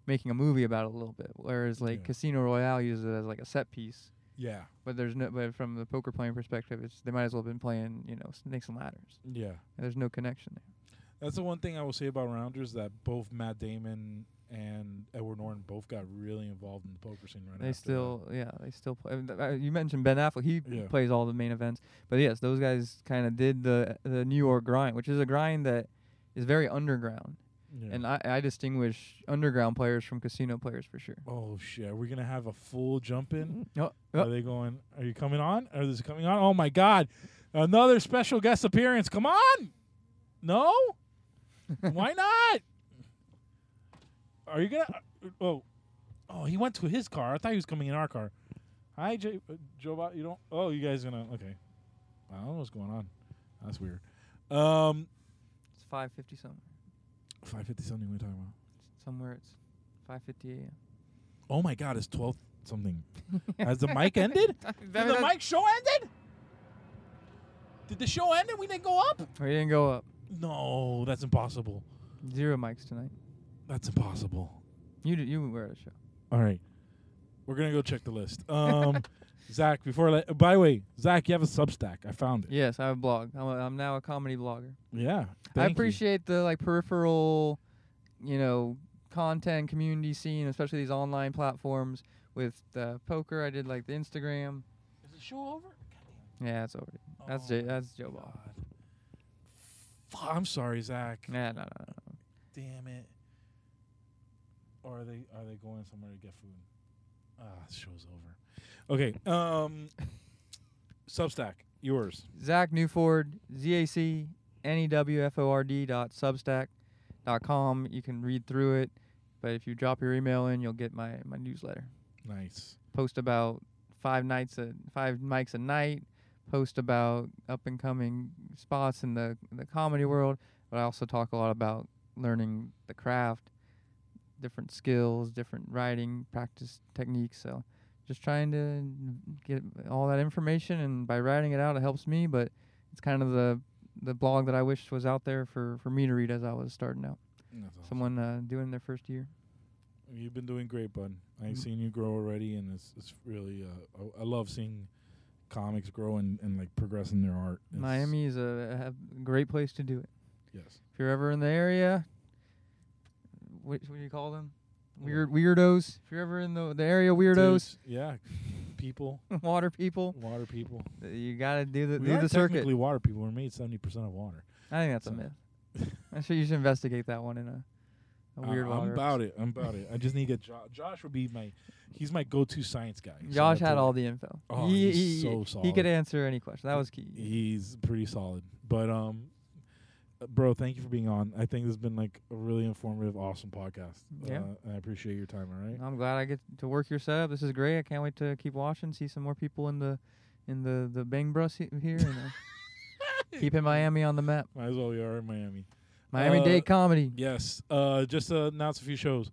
A: making a movie about a little bit. Whereas like
B: Yeah.
A: Casino Royale uses it as like a set piece,
B: Yeah.
A: but there's no. But from the poker playing perspective, it's they might as well have been playing you know snakes and ladders.
B: Yeah.
A: There's no connection there.
B: That's the one thing I will say about Rounders that both Matt Damon and Edward Norton both got really involved in the poker scene right
A: they
B: after that.
A: still, yeah, they still play. I mean, th- uh, You mentioned Ben Affleck; he
B: Yeah.
A: plays all the main events. But yes, those guys kind of did the the New York grind, which is a grind that is very underground.
B: Yeah.
A: And I, I distinguish underground players from casino players for sure.
B: oh shit, are we gonna have a full jump in?
A: Oh,
B: Are they going? Are you coming on? Are this coming on? Oh my god, another special guest appearance. Come on. No. Why not? Are you gonna? Oh, oh, he went to his car. I thought he was coming in our car. Hi, J- uh, Joe. Bob, you don't. Oh, you guys gonna? Okay. I don't know what's going on. That's weird. Um,
A: it's five fifty somewhere.
B: five fifty something. We're talking about.
A: Somewhere it's five fifty a.m.
B: Oh my god, it's twelve
A: [laughs]
B: something. Has the mic ended? Did the mic show ended? Did the show end and we didn't go up?
A: We Oh, didn't go up.
B: No, that's impossible.
A: Zero mics tonight.
B: That's impossible.
A: You d- you were at a show.
B: All right. We're gonna go check
A: [laughs]
B: the list. Um, Zach, before I let, by the way, Zach, you have a Substack. I found it.
A: Yes, I have a blog. I'm, a, I'm now a comedy blogger.
B: Yeah,
A: I appreciate the like peripheral, you know, content community scene, especially these online platforms. With the poker, I did like the Instagram.
E: Is the show over?
A: Yeah, that's over. That's
B: it.
A: J- that's Joe Ball.
B: Fuck, I'm sorry, Zach.
A: Nah, nah, nah, nah.
B: Damn it. Or are they are they going somewhere to get food? Ah, this show's over. Okay.
A: [laughs]
B: Um, Substack, yours.
A: Zach Newford, Z A C N E W F O R D dot Substack dot com. You can read through it, but if you drop your email in, you'll get my my newsletter.
B: Nice.
A: Post about five nights a five mics a night. Post about up and coming spots in the the comedy world, but I also talk a lot about learning the craft, different skills, different writing practice techniques. So just trying to get all that information and by writing it out it helps me but it's kind of the the blog that i wish was out there for for me to read as i was starting out
B: That's awesome.
A: someone uh, doing their first year
B: You've been doing great, bud. I've
A: Mm.
B: seen you grow already, and it's it's really uh, I, I love seeing comics grow and, and like progress in their art. It's-
A: miami is a, a great place to do it
B: Yes.
A: if you're ever in the area what, what do you call them weird weirdos if you're ever in the the area weirdos
B: Dudes, yeah. People,
A: [laughs] water people
B: water people.
A: uh, you gotta do the
B: we
A: do
B: are
A: the circuit
B: technically water people. We're made seventy percent of water.
A: i think that's a
B: so-
A: myth i'm sure you should investigate that one in a, a
B: I-
A: weird
B: Uh, I'm
A: water
B: about it. I'm about it. I just need to get jo- Josh. Would be my, he's my go-to science guy. so
A: Josh
B: that's
A: had
B: what-
A: all the info.
B: Oh,
A: he,
B: he's
A: he-
B: so
A: He
B: solid.
A: could answer any question. That was key.
B: He's pretty solid, but um, uh, bro, thank you for being on. I think this has been like a really informative, awesome podcast.
A: Yeah.
B: uh, and I appreciate your time. All right.
A: I'm glad I get to work your setup. This is great. I can't wait to keep watching, see some more people in the in the the bang brush he- here, and uh,
B: [laughs]
A: keeping Miami on the map.
B: Might as well we are in Miami. Uh,
A: Miami Dade comedy.
B: Yes. Uh, just to announce a few shows.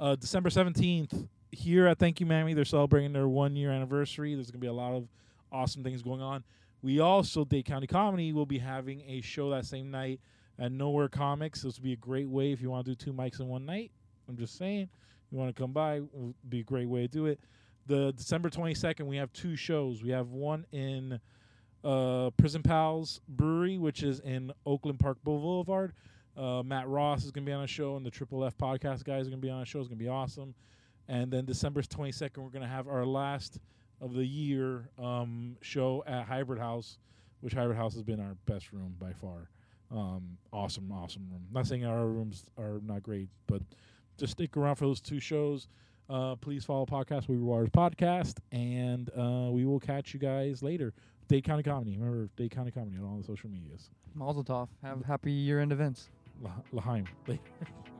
B: Uh, December seventeenth here at Thank You Mammy. They're celebrating their one year anniversary. There's gonna be a lot of awesome things going on. We also Dade County Comedy will be having a show that same night at Nowhere Comics. This would be a great way if you want to do two mics in one night. I'm just saying, you want to come by, would be a great way to do it. The December 22nd, we have two shows. We have one in uh, Prison Pals Brewery, which is in Oakland Park Boulevard. Uh, Matt Ross is going to be on a show, and the Triple F podcast guys are going to be on a show. It's going to be awesome. And then December 22nd, we're going to have our last of the year um, show at Hybrid House, which Hybrid House has been our best room by far. Um, awesome, awesome room. Not saying our rooms are not great, but just stick around for those two shows. Uh, please follow podcast We Rewires podcast, and uh, we will catch you guys later. Dade County Comedy. Remember, Dade County Comedy on all the social medias.
A: Mazel tov. Have happy year end events.
B: La- Lahaim. [laughs] Later.